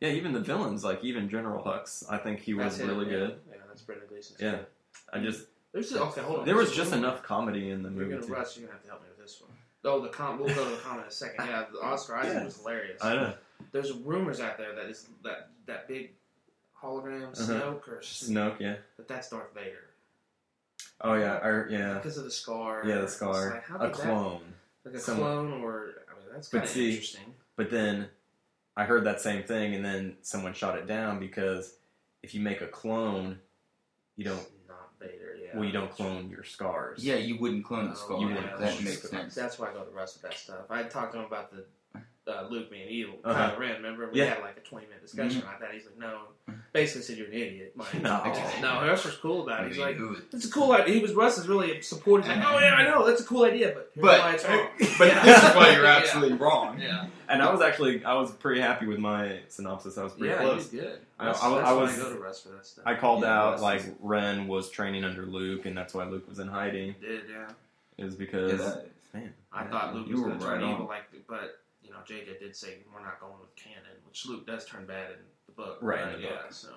S2: yeah. Even the villains, like even General Hux, I think he was
S1: That's it,
S2: really
S1: yeah.
S2: good.
S1: Yeah, that's Brendan Gleeson.
S2: Yeah. I just
S1: There's okay, hold on.
S2: there was
S1: There's
S2: just
S1: one more.
S2: enough comedy in the
S1: You're
S2: movie.
S1: gonna
S2: too.
S1: rush. You're gonna have to help me with this one. Oh, the com. We'll go to the comment in a second. Yeah, the Oscar Isaac was hilarious.
S2: I know.
S1: There's rumors out there that is that that big hologram
S2: Uh-huh.
S1: Snoke or Snoke,
S2: Snoke, yeah.
S1: that that's Darth Vader
S2: Oh yeah, or, yeah,
S1: because of the scar.
S2: yeah. The
S1: It's
S2: scar,
S1: Like, how
S2: a
S1: did that-
S2: clone.
S1: like a
S2: Someone-
S1: clone, or I mean, that's
S2: But
S1: kind of
S2: see-
S1: interesting.
S2: But then I heard that same thing, and then someone shot it down because if you make a clone, you don't.
S1: It's not Vader. Yeah.
S2: Well, you don't clone your scars.
S3: yeah. You wouldn't clone the skull.
S1: You
S3: yeah,
S1: wouldn't
S3: that
S2: clone
S3: makes
S2: the skull.
S3: sense.
S1: That's why I go to Russ with that stuff. I talked to him about the uh, Luke being evil.
S2: Uh-huh.
S1: Kylo Ren, remember? We
S2: Yeah. Mm-hmm.
S1: had like a 20 minute discussion about that. He's like, no. Basically said, you're an idiot. Mike.
S2: No.
S1: No, Russ was cool about it. He's like,
S3: Who-
S1: It's a cool idea. He was Russ is really supportive. He's like, oh yeah, I know that's a cool idea, but here's
S3: But-
S1: why it's wrong.
S3: but this is why you're
S1: Yeah.
S3: absolutely wrong.
S1: Yeah,
S2: And I was actually, I was pretty happy with my synopsis. I was pretty
S1: yeah, he's
S2: close.
S1: good.
S2: I-
S1: That's,
S2: I- I
S1: that's why
S2: was-
S1: I go to Russ for that stuff.
S2: I called
S3: Yeah,
S2: out
S3: that's-
S2: like Ren was training under Luke, and that's why Luke was in hiding.
S1: did. Yeah,
S2: Is
S3: Yeah,
S2: because
S3: that-
S2: man,
S1: I
S3: Yeah,
S1: thought Luke
S3: you
S1: was
S3: were
S1: going to turn
S3: right on.
S1: evil, like, but you know, JJ did say we're not going with canon, which Luke does turn bad in the book.
S2: Right, in the
S1: yeah.
S2: book.
S1: So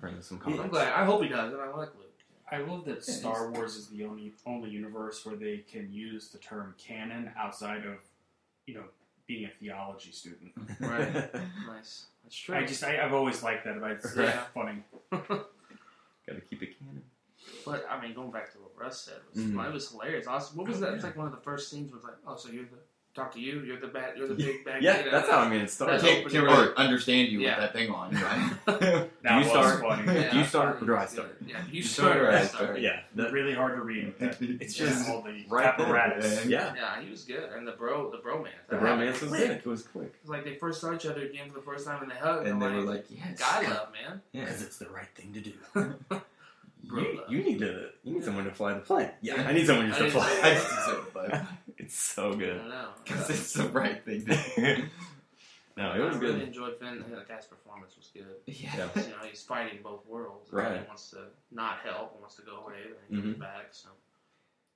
S2: bring some
S1: I'm
S2: comments.
S1: glad. I hope he does, and I like Luke.
S4: I love that
S3: Yeah,
S4: Star Wars is the only only universe where they can use the term canon outside of, you know, being a theology student.
S1: Right. Nice. That's true.
S4: I just I, I've always liked that about it. It's
S1: Right.
S4: funny.
S2: Gotta keep it canon.
S1: But I mean, going back to what Russ said, was,
S2: Mhm.
S1: it was hilarious. I was- what was
S2: Oh,
S1: that?
S2: yeah.
S1: It's like one of the first scenes was like, "Oh, so you're the talk to you. You're the bat. You're the big bad."
S2: Yeah,
S1: you know?
S2: that's how I mean it started.
S1: uh, That's
S3: can't,
S1: open
S3: can't
S1: door.
S3: really understand you
S1: Yeah.
S3: with that thing on, right?
S4: That
S2: you
S4: was
S2: start-
S4: funny.
S3: Yeah.
S2: Do you start or do I
S1: Yeah,
S2: start?
S1: Yeah, you
S3: You
S1: start.
S3: start
S1: or
S3: or I
S1: I start.
S3: start?
S2: Yeah, that-
S4: really hard to read.
S2: It's
S4: Yeah,
S2: just
S4: all the
S2: right there.
S4: apparatus.
S2: yeah.
S1: Yeah, he was good, and the bro, the bromance.
S2: The
S1: That
S2: romance was
S1: happened
S2: good.
S1: quick.
S2: It was quick.
S1: It's like they first saw each other again for the first time, and they hugged.
S3: and they
S1: I'm
S3: were
S1: like,
S3: like, yes,
S1: "Guy love, man."
S3: yeah,
S2: it's the right thing to do.
S1: Bro
S2: you,
S1: love.
S2: you need to. You need someone to fly the plane. Yeah,
S3: Yeah.
S2: I need someone just
S1: I need
S2: to fly.
S1: someone-
S2: it's so
S1: I
S2: good.
S1: don't know.
S3: because it's the right thing to do.
S2: No, it was
S1: I really
S2: good.
S1: enjoyed Finn. The guy's performance was good.
S3: Yeah.
S1: you know, he's fighting both worlds.
S2: Right.
S1: He wants to not help, and wants to go away, and he comes
S3: Mm-hmm.
S1: back. So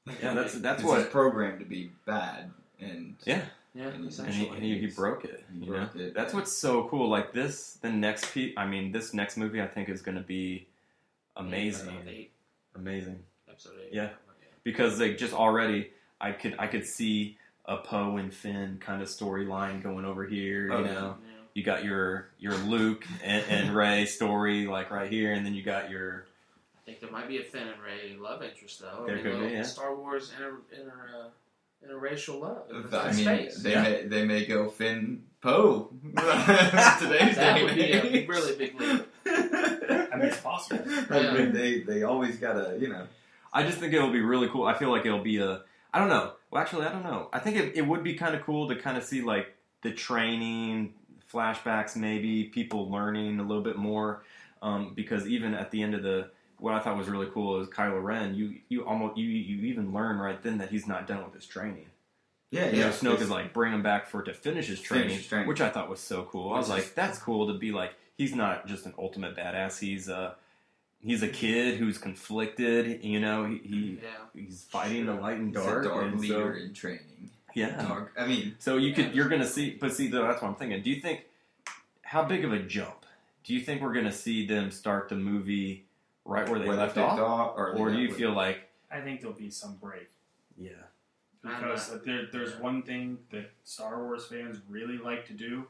S2: Yeah, that's that's
S3: It's just
S2: what.
S3: programmed to be bad, and
S2: Yeah,
S1: yeah,
S3: And he-
S2: and he,
S1: essentially.
S2: and he, he broke it.
S3: He
S2: you
S3: broke
S2: know?
S3: it,
S2: That's
S3: yeah.
S2: what's so cool. Like this, the next piece. I mean, this next movie, I think, is going to be amazing,
S1: Eight, eight,
S2: amazing.
S1: episode eight.
S2: Yeah. Because like just already, I could I could see a Poe and Finn kind of storyline going over here.
S3: Oh,
S2: you
S3: yeah.
S2: know,
S1: Yeah.
S2: you got your your Luke and, and Ray story like right here, and then you got your
S1: I think there might be a Finn and Ray love interest though. I
S2: There
S1: mean,
S2: could be,
S1: little
S2: yeah.
S1: Star Wars inter, inter, uh, interracial love. It's
S3: I
S1: in
S3: mean,
S1: space.
S3: they
S2: Yeah.
S3: may they may go Finn Poe today's
S1: that
S3: day
S1: would
S3: and
S1: be a
S3: age.
S1: really big leap.
S4: I mean, it's possible.
S3: I
S1: Yeah.
S3: mean, they they always gotta you know.
S2: I just think it'll be really cool. I feel like it'll be a. I don't know. Well, actually, I don't know. I think it, it would be kind of cool to kind of see like the training flashbacks, maybe people learning a little bit more, um, because even at the end of the. What I thought was really cool is Kylo Ren. You you almost you you even learn right then that he's not done with his training.
S3: Yeah,
S2: you know,
S3: yeah.
S2: Snoke is like bring him back for to finish his
S3: Finish
S2: training,
S3: his training.
S2: which I thought was so cool. I was
S3: Which
S2: like,
S3: is-
S2: that's cool to be like he's not just an ultimate badass. He's a he's a kid who's conflicted. You know, he, he
S1: Yeah.
S2: he's fighting the light and
S3: He's
S2: dark.
S3: a dark
S2: and so-
S3: leader in training.
S2: yeah.
S3: Dark. I mean,
S2: So you could you're gonna see, but see though that's what I'm thinking. Do you think how big of a jump? Do you think we're gonna see them start the movie right where they
S3: whether
S2: left
S3: they're
S2: off,
S3: dark or,
S2: or do you
S3: whether-
S2: feel like
S4: I think there'll be some break
S2: yeah,
S1: I'm
S4: because
S1: not-
S4: there, there's one thing that Star Wars fans really like to do.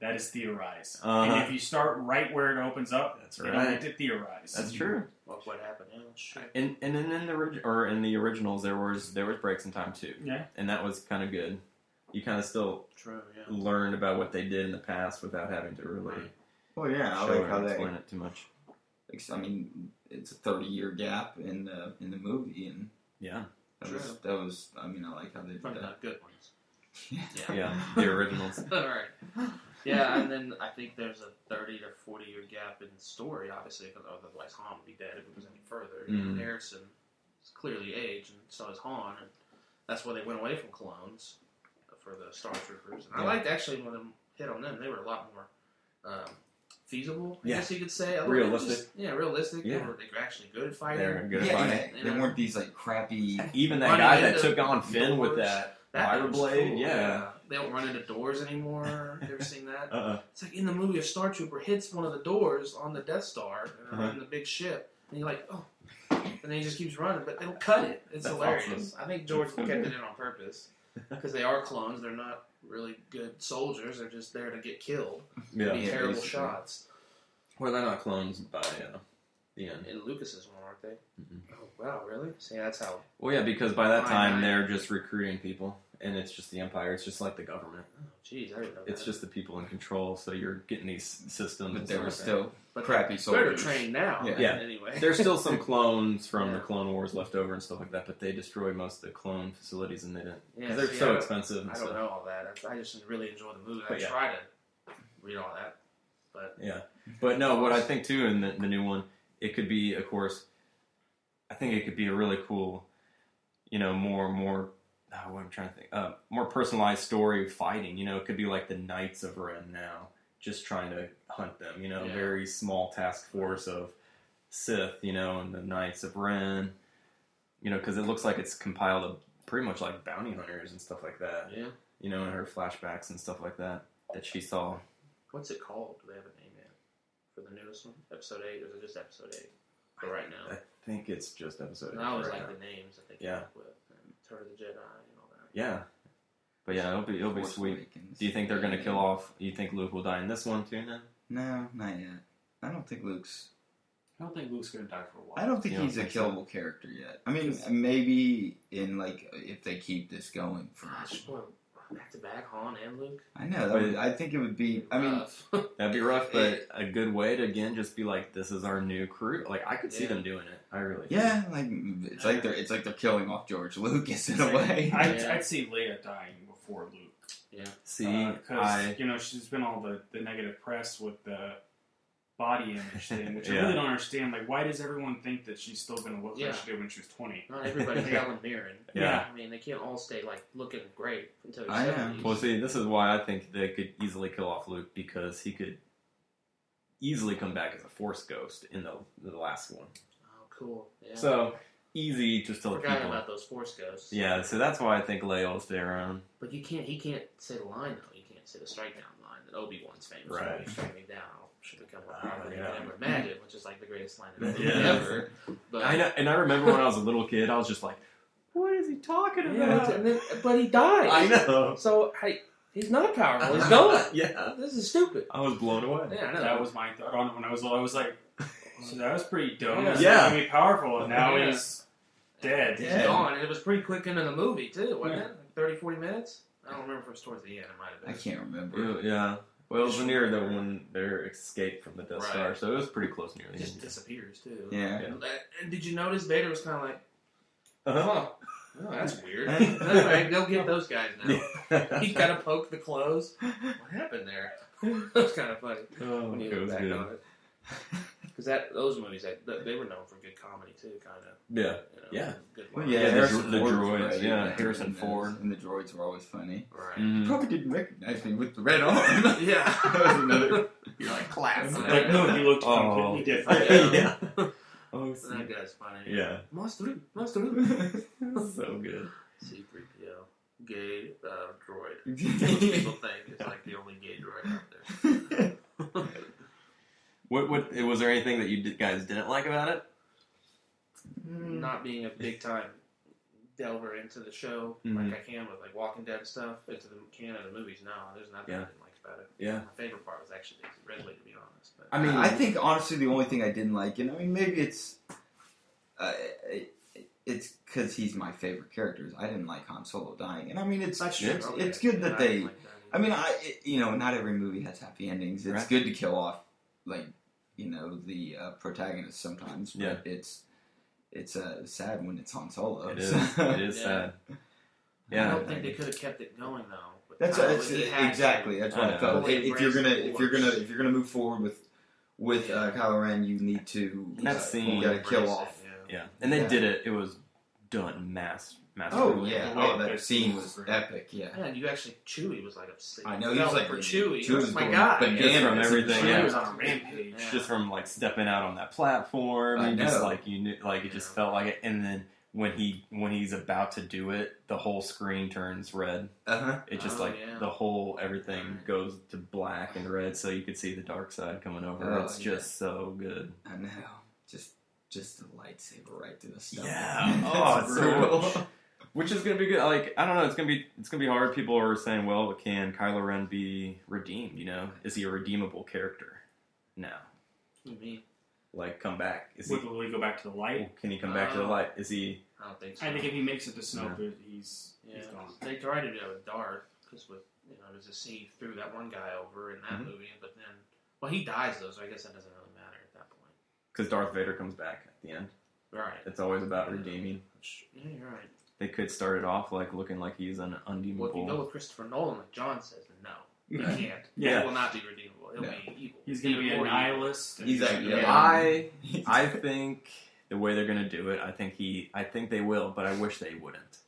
S4: That is theorize, and
S2: Uh-huh.
S4: if you start right where it opens up,
S2: that's
S4: they don't like
S2: right.
S4: to theorize.
S2: That's true.
S1: What what happened? Yeah, shit.
S2: And and then in the orig- or in the originals there was there was breaks in time too.
S4: Yeah,
S2: and that was kind of good. You kind of still
S1: True. Yeah.
S2: learned about what they did in the past without having to really
S3: Well, Oh, yeah, I
S2: show
S3: like
S2: it
S3: how
S2: or
S3: that.
S2: explain it too much.
S3: I mean, it's a thirty-year gap in the in the movie, and
S2: Yeah,
S3: that was,
S1: True.
S3: that was. I mean, I like how they did
S1: From the
S3: that.
S1: good ones.
S2: yeah, the originals.
S1: All right. Yeah, and then I think there's a 30 to 40 year gap in the story, obviously, because otherwise Han would be dead if it was any further.
S2: Mm.
S1: Harrison is clearly aged, and so is Han, and that's why they went away from clones for the Star Troopers. And I
S2: Yeah.
S1: liked actually when they hit on them, they were a lot more um, feasible, I
S2: Yeah.
S1: guess you could say. I like-
S2: Realistic.
S1: just- yeah, realistic. They,
S2: Yeah.
S1: were, they were actually good at fighting.
S2: They're good at
S3: yeah,
S2: fighting.
S3: yeah,
S1: You
S3: they
S1: know?
S3: weren't these like crappy.
S2: Even that
S1: Running
S2: guy that
S1: into
S2: took on Finn with
S1: doors.
S2: that.
S1: That
S2: Fire
S1: was
S2: blade, yeah.
S1: They don't run into doors anymore. You ever seen that?
S2: Uh,
S1: It's like in the movie, a Star Trooper hits one of the doors on the Death Star and
S2: Uh-huh.
S1: in the big ship, and you're like, oh. And then he just keeps running, but they don't cut it. It's
S2: That's
S1: hilarious. I think George
S2: That's so
S1: kept it
S2: good.
S1: in on purpose because they are clones. They're not really good soldiers. They're just there to get killed.
S2: yeah.
S1: Be
S3: Yeah,
S1: terrible
S3: basically.
S1: shots.
S2: Well, they're not clones by uh, the end.
S1: In Lucas's one, aren't they?
S2: Mhm.
S1: Oh wow, really? See, that's how.
S2: Well, yeah, because by that
S1: Why not?
S2: time they're just recruiting people, and it's just the Empire. It's just like the government.
S1: Oh, geez, I didn't know
S2: It's
S1: that.
S2: just the people in control. So you're getting these systems.
S3: But
S2: and
S3: they
S2: stuff
S3: were
S2: like that.
S3: still
S1: but
S3: crappy
S1: Better
S3: soldiers.
S1: trained now.
S3: Yeah.
S2: Yeah.
S1: Anyway.
S2: There's still some clones from the
S1: Yeah.
S2: Clone Wars left over and stuff like that, but they destroy most of the clone facilities and they didn't.
S1: yeah,
S2: Because they're
S1: see, I
S2: so
S1: don't-
S2: expensive and
S1: I don't
S2: stuff.
S1: know all that. I, I just really enjoy the movie. I
S2: But yeah.
S1: try to read all that.
S2: But no, what I think too in the, the new one, it could be, of course, I think it could be a really cool, you know, more, more, oh, what I'm trying to think, uh, more personalized story of fighting. You know, it could be like the Knights of Ren now, just trying to hunt them, you know,
S1: Yeah.
S2: very small task force of Sith, you know, and the Knights of Ren, you know, because it looks like it's compiled of pretty much like bounty hunters and stuff like that.
S1: Yeah.
S2: you know, in her flashbacks and stuff like that that she saw.
S1: What's it called? Do they have a name yet for the newest one? Episode eight, or is it just episode eight for right
S2: I
S1: now?
S2: think it's just episode.
S1: And
S2: eight
S1: I
S2: for
S1: was
S2: right
S1: like
S2: now.
S1: the names that they came
S2: Yeah.
S1: up with, and Turn of the Jedi and all that.
S2: yeah, But yeah, it'll be it'll be
S3: Force
S2: sweet.
S3: Awakens.
S2: Do you think they're gonna kill off? You think Luke will die in this one too? Then
S3: No, not yet. I don't think Luke's.
S4: I don't think Luke's gonna die for a while.
S3: I don't think
S2: You don't
S3: he's
S2: think
S3: a
S2: so?
S3: killable character yet. I mean,
S1: 'Cause-
S3: maybe in like if they keep this going for.
S1: Gosh, well, back to back, Han and Luke. Uh,
S3: I know. That would,
S2: But- Uh,
S3: I think it would be. I mean,
S1: mean,
S2: that'd be rough, but a good way to again just be like, this is our new crew. Like I could see
S1: Yeah.
S2: them doing it. I really.
S3: yeah, like it's like they're it's like they're killing off George Lucas in a way.
S4: I'd,
S1: Yeah.
S4: I'd see Leia dying before Luke.
S2: See,
S1: Uh,
S4: because
S2: I
S4: Uh, you know she's been all the, the negative press with the body image thing, which I
S2: Yeah.
S4: really don't understand. Like, why does everyone think that she's still going to look
S1: Yeah.
S4: like she did when she was twenty?
S1: not everybody's Helen Mirren.
S2: Yeah.
S1: I mean, they can't all stay like looking great until you're
S3: I know.
S1: 70s.
S2: well see. This is why I think they could easily kill off Luke because he could easily come back as a Force ghost in the the last one.
S1: Oh, cool. Yeah.
S2: So easy to still keep
S1: forgot
S2: him.
S1: about those Force ghosts.
S2: Yeah, so that's why I think Leia will stay around.
S1: But you can't. He can't say the line though. You can't say the strike down line that Obi Wan's famous. for.
S2: Right.
S1: Strike me down. I'll- Should become a
S2: Oh,
S1: prophet
S2: yeah.
S1: ever imagine, which is like the greatest line in
S2: Yeah.
S1: ever. But
S2: I know, and I remember when I was a little kid, I was just like, "What is he talking
S1: Yeah,
S2: about?"
S1: and then, but he died.
S2: I know.
S1: So hey, he's not powerful. He's gone.
S2: Yeah,
S1: This is stupid.
S2: I was blown away.
S1: Yeah, I know.
S4: That was my thought on it when I was little. I was like, so that was pretty dumb.
S1: Yeah.
S4: It's
S2: Yeah.
S4: gonna be powerful, and now
S1: Yeah.
S4: he's dead.
S1: He's
S3: Yeah.
S1: gone, and it was pretty quick into the movie too, wasn't it? Like 30, 40 minutes. I don't remember if it was towards the end. It might have been.
S3: I can't remember.
S2: Well, Yeah. Well, it was near the when their escape from the Death
S1: Right.
S2: Star, so it was pretty close near
S1: It
S2: the
S1: just
S2: end.
S1: disappears too.
S3: Yeah.
S1: And, and did you notice Vader was kind of like,
S2: Uh-huh.
S1: "Huh, oh, that's weird."
S3: Yeah.
S1: All right, go get those guys now. he kind of poked the clothes.
S3: yeah.
S1: What happened there? that was kind of funny
S2: Oh,
S1: when you
S2: it
S1: look
S2: was
S1: back
S2: good.
S1: on it. Because that those movies, that that- they were known for good comedy too, kind of.
S2: Yeah.
S1: You know,
S2: Yeah.
S1: Good
S3: Well,
S1: lines.
S3: yeah,
S2: Yeah, the
S3: Harrison
S2: dro- the
S3: Ford was
S2: droids,
S3: great,
S2: yeah,
S3: and
S2: Harrison
S3: and the-
S2: Ford.
S3: and the droids were always funny.
S1: Right.
S2: Mhm.
S3: Probably didn't recognize me with the red arm.
S1: Yeah.
S3: was another-
S1: You're like
S4: It's
S1: class.
S4: Like, no, he looked
S2: Oh.
S4: completely different.
S1: Yeah.
S2: yeah. Oh,
S1: That
S2: snap.
S1: guy's funny.
S2: yeah.
S1: Master, Master. C3PO,
S2: so good.
S1: gay uh, droid. That's what people think it's like the only gay droid out there.
S2: What? What? Was there anything that you did, guys didn't like about it? Mm.
S3: Mm.
S1: Not being a big time delver into the show
S2: Mhm.
S3: Mm-hmm.
S1: like I can with like Walking Dead stuff into the canon of the movies. No, there's nothing I
S2: Yeah.
S1: didn't like about it.
S2: Yeah.
S1: My favorite part was actually the Ridley, to be honest. But
S2: I mean,
S3: I think honestly the only thing I didn't like, and I mean maybe it's, uh, it, it's because he's my favorite character. is I didn't like Han Solo dying, and I mean it's
S1: That's true.
S3: it's,
S1: Okay.
S3: it's good
S1: Yeah,
S3: that
S1: I
S3: they.
S1: didn't like that
S3: I mean, I it, you know not every movie has happy endings. It's
S2: Right.
S3: good to kill off like you know the uh, protagonist sometimes. but
S2: Yeah.
S3: it's it's uh, sad when it's Han Solo.
S2: It
S3: so-
S2: is. It is
S1: Yeah.
S2: sad.
S1: I
S2: Yeah.
S1: don't think they could have kept it going though. with
S3: That's
S1: Kylo.
S3: that's
S1: He had to.
S3: exactly. That's what
S2: I
S3: I,
S2: know.
S3: felt.
S1: Fully
S3: If, if you're gonna
S1: embrace the
S3: if you're gonna
S1: Force.
S3: if you're gonna move forward with with uh, Kylo Ren, you need to
S2: That
S3: uh,
S2: scene-
S3: you gotta
S1: Embrace
S3: kill
S1: it,
S3: off.
S1: yeah.
S2: Yeah, and they
S3: Yeah.
S2: did it. It was done mass, mass.
S3: Oh yeah,
S4: Yeah.
S3: oh that scene was
S4: Yeah.
S3: epic. Yeah,
S1: Man, you actually Chewie was like upset.
S3: I know he was
S1: Fell
S3: like
S1: for Chewie. oh
S3: Chewie was
S1: my
S3: going
S1: god.
S3: bananas
S2: Just from
S3: and
S2: everything,
S3: shit.
S4: She
S2: Yeah.
S4: was on a rampage.
S1: Yeah.
S2: just from like stepping out on that platform
S3: I
S2: and just
S3: know.
S2: like you knew, like it just
S1: Yeah.
S2: felt like it. And then when he when he's about to do it, the whole screen turns red.
S3: Uh-huh.
S2: It just
S1: Oh,
S2: like
S1: yeah.
S2: the whole everything
S1: Right.
S2: goes to black and red, so you could see the dark side coming over.
S3: Oh,
S2: it's
S3: yeah.
S2: just so good.
S3: I know. Just just the lightsaber right through the stomach.
S2: Yeah.
S3: That's
S2: Oh, it's so
S3: brutal.
S2: much. Which is gonna be good. Like I don't know. It's gonna be it's gonna be hard. People are saying, well, can Kylo Ren be redeemed? You know, is he a redeemable character? No.
S1: What do you mean?
S2: Like come back? Is he?
S4: Would Will he go back to the light?
S2: Can he come back to the
S1: Oh.
S2: light? Is he?
S1: I don't think so.
S4: I think if he makes it to Snoke, he's
S1: yeah.
S4: he's gone.
S1: They tried to do it with Darth because with you know there's a scene he threw that one guy over in that
S2: Mhm.
S1: movie, but then well he dies though, so I guess that doesn't really matter at that point.
S2: Because Darth Vader comes back at the end.
S1: Right.
S2: It's always about redeeming.
S1: Yeah, you're right.
S2: They could start it off like looking like he's an
S1: Well, if you
S2: undeemable.
S1: go with Christopher Nolan, like John says, no, you
S3: Right.
S1: can't.
S2: Yeah.
S1: It will not be redeemable. It'll
S3: No.
S1: be evil.
S4: He's gonna be a
S1: Evil or evil.
S4: nihilist. and
S3: He's
S4: he's
S3: like,
S4: gonna be
S3: yeah.
S4: a-
S2: I I think the way they're gonna do it, I think he, I think they will, but I wish they wouldn't.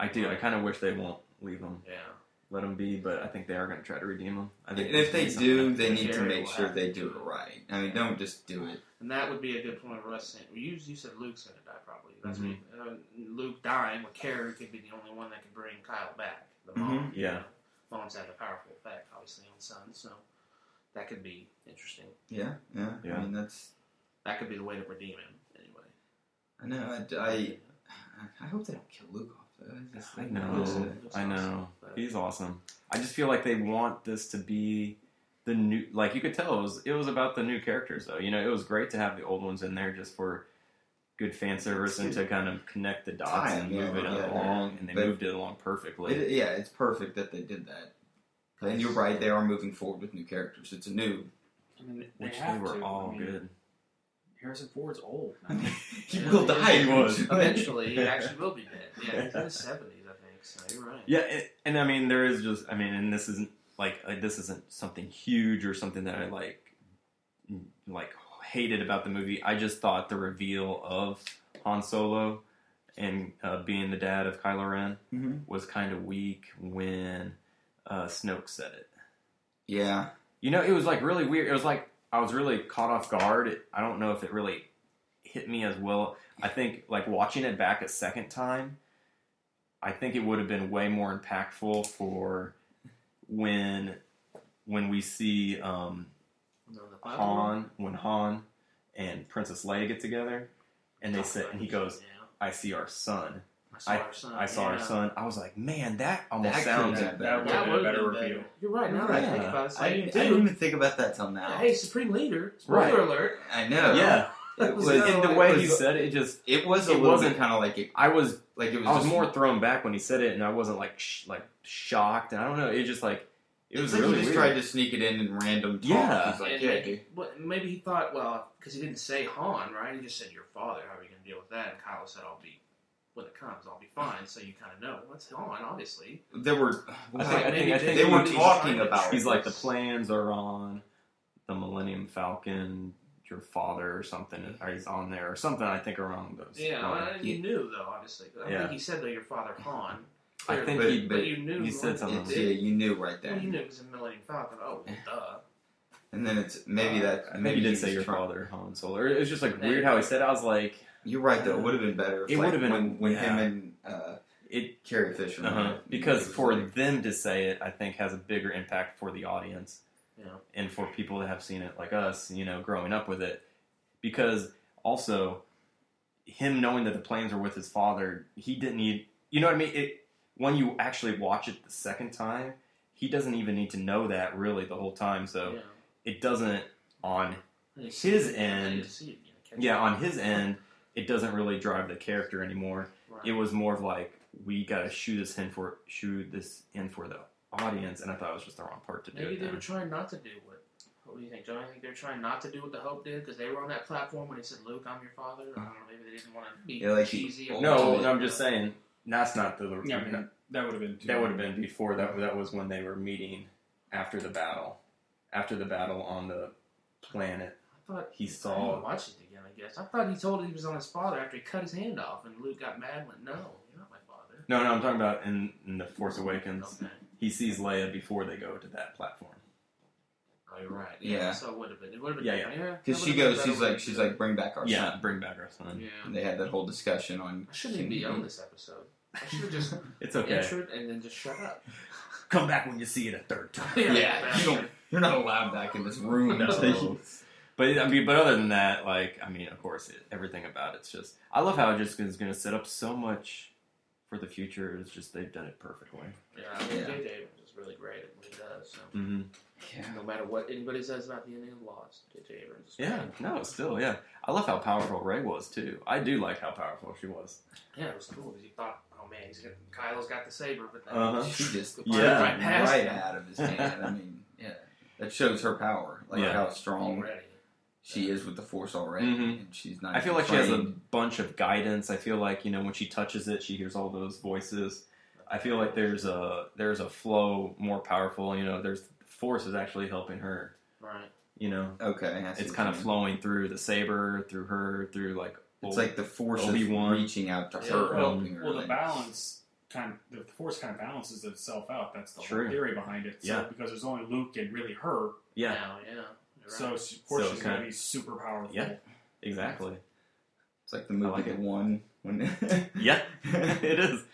S2: I do. I kind of wish they won't leave him,
S1: Yeah.
S2: let him be, but I think they are gonna try to redeem him. I
S3: And
S2: think
S3: if they
S2: there's something
S3: do,
S2: that-
S3: they need to
S1: Jerry
S3: make
S1: will
S3: sure
S1: have
S3: they
S1: to
S3: do
S1: do
S3: it
S1: it.
S3: right. I mean, don't just do it.
S1: And that would be a good point for us saying, well, you, you said Luke's going to die probably. That's what
S2: Mm-hmm.
S1: you- uh, Luke dying with Carrie could be the only one that could bring Kyle back, the mom.
S3: Mhm.
S1: you
S2: Mm-hmm. Yeah.
S1: know. Moms have a powerful effect, obviously, on sons, so that could be interesting.
S3: Yeah, yeah.
S2: Yeah.
S3: I mean, that's.
S1: That could be the way to redeem him, anyway.
S3: I know. I, I, I hope they don't kill Luke off this
S2: I
S3: thing.
S2: know.
S3: This-
S2: I know. He's awesome. I just feel like they want this to be the new. Like you could tell, it was it was about the new characters though. You know, it was great to have the old ones in there just for good fan service and to kind of connect the dots
S3: Time,
S2: and
S3: yeah,
S2: move it
S3: yeah.
S2: along. And they
S3: But-
S2: moved it along perfectly.
S3: It, yeah, it's perfect that they did that. And you're right; they are moving forward with new characters. It's a new.
S4: I mean, they
S2: which they
S4: have
S2: were
S4: to.
S2: all
S4: I mean,
S2: good.
S4: Harrison Ford's old. now.
S3: he
S1: Yeah,
S3: will
S1: yeah,
S3: die.
S2: he was.
S1: Eventually, he actually will be dead. Yeah, he's in his seventies, I think. So you're right.
S2: Yeah, and, and I mean, there is just, I mean, and this isn't like uh, this isn't something huge or something that I like m- like hated about the movie. I just thought the reveal of Han Solo and uh, being the dad of Kylo Ren
S3: Mhm.
S2: was kind of weak when uh, Snoke said it.
S3: Yeah,
S2: You know, it was like really weird. It was like I was really caught off guard. It, I don't know if it really hit me as well. I think like watching it back a second time, I think it would have been way more impactful for when when we see um,
S1: And on the platform,
S2: Han when Han and Princess Leia get together, and they said, and he goes,
S1: Yeah.
S2: "I see our son.
S1: I saw our son.
S2: I saw our
S1: yeah.
S2: son." I was like, "Man, that almost
S3: That
S2: sounds."
S3: could've
S4: that that would
S1: That
S4: have been a
S1: would have
S4: better
S1: been
S4: reveal.
S1: better. You're right. Now that I think
S2: Yeah.
S1: about it, it's
S3: I,
S1: like,
S3: didn't, I
S1: dude,
S3: didn't even think about that till now.
S1: hey, Supreme Leader, spoiler
S2: Right.
S1: alert.
S3: I know.
S2: Yeah,
S1: That was
S3: Well,
S1: not
S2: in the
S1: like-
S2: way
S3: it
S2: he
S3: was-
S2: said it, it just
S3: it was a
S2: It
S3: little
S2: wasn't-
S3: bit kind of like it,
S2: I was
S3: like it was.
S2: I was
S3: just-
S2: more thrown back when he said it, and I wasn't like sh- like shocked, and I don't know. It just like it
S3: It's
S2: was
S3: like
S2: really
S3: he just
S2: weird.
S3: tried to sneak it in in random talk.
S2: Yeah.
S3: He's like,
S1: And
S3: yeah,
S1: maybe,
S3: dude.
S1: what- maybe he thought, well, because he didn't say Han, right? He just said your father. How are you going to deal with that? And Kylo said, I'll be, when it comes, I'll be fine. So you kind of know what's Han, obviously.
S3: There were.
S1: Maybe
S2: I think, I think, I
S1: they-
S2: think
S3: they
S2: he
S3: were
S2: was-
S1: he's-
S3: talking about.
S2: He's like the plans are on the Millennium Falcon. Your father or something or he's on there or something. I think around those.
S1: Yeah,
S2: lines.
S1: well, you knew though, obviously. I don't
S2: Yeah.
S1: think he said though your father Han.
S2: I
S1: Clearly,
S2: think
S3: But-
S2: he.
S1: but, you knew
S2: he said
S1: what-
S2: something.
S1: it
S3: It's,
S1: did.
S3: yeah, you knew right
S1: Well, you
S3: then.
S1: knew it was a Millennium Falcon. Oh, well, duh.
S3: And then it's maybe that.
S2: I think
S3: maybe
S2: Uh, he did
S3: was
S2: say your
S3: trying-
S2: father, Han Solo. It was just like weird how he said. it. I was like,
S3: You're right though. It would have been better. If,
S2: It
S3: like,
S2: would've been-
S3: when when
S2: yeah.
S3: him and uh,
S2: it
S3: Carrie Fisher.
S2: Uh-huh.
S3: were- it
S2: Because
S3: was
S2: for
S3: like-
S2: them to say it, I think has a bigger impact for the audience,
S1: Yeah.
S2: and for people that have seen it like us, you know, growing up with it. Because also, him knowing that the planes were with his father, he didn't need. You know what I mean? It when you actually watch it the second time, he doesn't even need to know that really the whole time. So
S1: yeah.
S2: it doesn't on
S1: And you
S2: his
S1: see it again,
S2: end-
S1: you see it again, catch
S2: yeah
S1: it.
S2: on his end, it doesn't really drive the character anymore
S1: Right.
S2: it was more of like we gotta shoot this in for shoot this in for the audience, and I thought it was just the wrong part to do.
S1: Maybe
S2: it
S1: they
S2: then.
S1: were trying not to do what. What do you think, John? I think they were trying not to do what the Hope did because they were on that platform when he said, "Luke, I'm your father." I don't know. Maybe they didn't want to be
S3: Yeah, like he-
S1: cheesy. or
S2: no,
S1: whatever.
S2: no, I'm just saying that's not the.
S4: Yeah, I mean, that would have been. Too
S2: that would have been before that. That was when they were meeting after the battle, after the battle on the planet.
S1: I thought
S2: He
S1: I didn't
S2: saw.
S1: watch it again. I guess I thought he told he was on his father after he cut his hand off, and Luke got mad and went, "No, you're not my father."
S2: No, no, I'm talking about in, in the Force Awakens.
S1: Okay,
S2: He sees Leia before they go to that platform.
S1: oh, you're right.
S3: Yeah.
S1: So it would have been. It would have been.
S2: Yeah, yeah.
S3: Because she goes, she's like, she's like, bring back our
S2: Yeah,
S3: son.
S2: bring back our son.
S1: yeah.
S3: And they had that whole discussion on.
S1: I shouldn't even be on this episode. I should have just
S2: It's okay.
S1: entered and then just shut up.
S2: Come back when you see it a third time.
S3: Yeah, you
S1: bastard.
S3: don't, you're not allowed back in this room.
S1: No.
S3: so-
S2: But I mean, but other than that, like I mean, of course, it, everything about it's just. I love how it just is going to set up so much for the future. It's just they've done it perfectly.
S1: Yeah, I mean,
S3: Yeah.
S1: JJ is really great at what he does. So.
S2: Mm-hmm.
S3: Yeah.
S1: No matter what anybody says about the ending of Lost, JJ Abrams. is
S2: Yeah,
S1: great.
S2: no, still, yeah. I love how powerful Ray was too. I do like how powerful she was.
S1: yeah, it was cool because you thought, oh man, he's got, Kylo's got the saber, but then
S2: Uh-huh.
S3: She just
S2: Yeah.
S1: right past
S3: right
S1: him
S3: out of his hand. I mean, yeah, that shows her power, like
S2: Yeah.
S3: how strong
S1: already.
S3: she is with the Force already,
S2: Mhm.
S3: and she's not.
S2: I feel like she has a
S3: afraid.
S2: bunch of guidance. I feel like you know when she touches it, she hears all those voices. I feel like there's a there's a flow more powerful. You know, there's force is actually helping her.
S1: Right.
S2: You know,
S3: Okay, I see
S2: it's
S3: what
S2: kind
S3: you
S2: of
S3: mean.
S2: flowing through the saber, through her, through like old-
S3: It's like the Force is
S2: Obi-Wan.
S3: reaching out to
S1: Yeah,
S3: her,
S4: well,
S3: helping her.
S4: Well, the
S3: like-
S4: balance kind of the force kind of balances itself out. That's the
S2: True.
S4: whole theory behind it. So,
S2: Yeah.
S4: because there's only Luke and really her,
S2: yeah,
S1: Now, yeah. you're Right.
S4: so she- of course
S2: So
S4: she's
S2: kinda-
S4: going to be super powerful.
S2: Yeah. exactly.
S3: It's like the movie
S2: like
S3: The
S2: it.
S3: One. When
S2: Yeah, it is.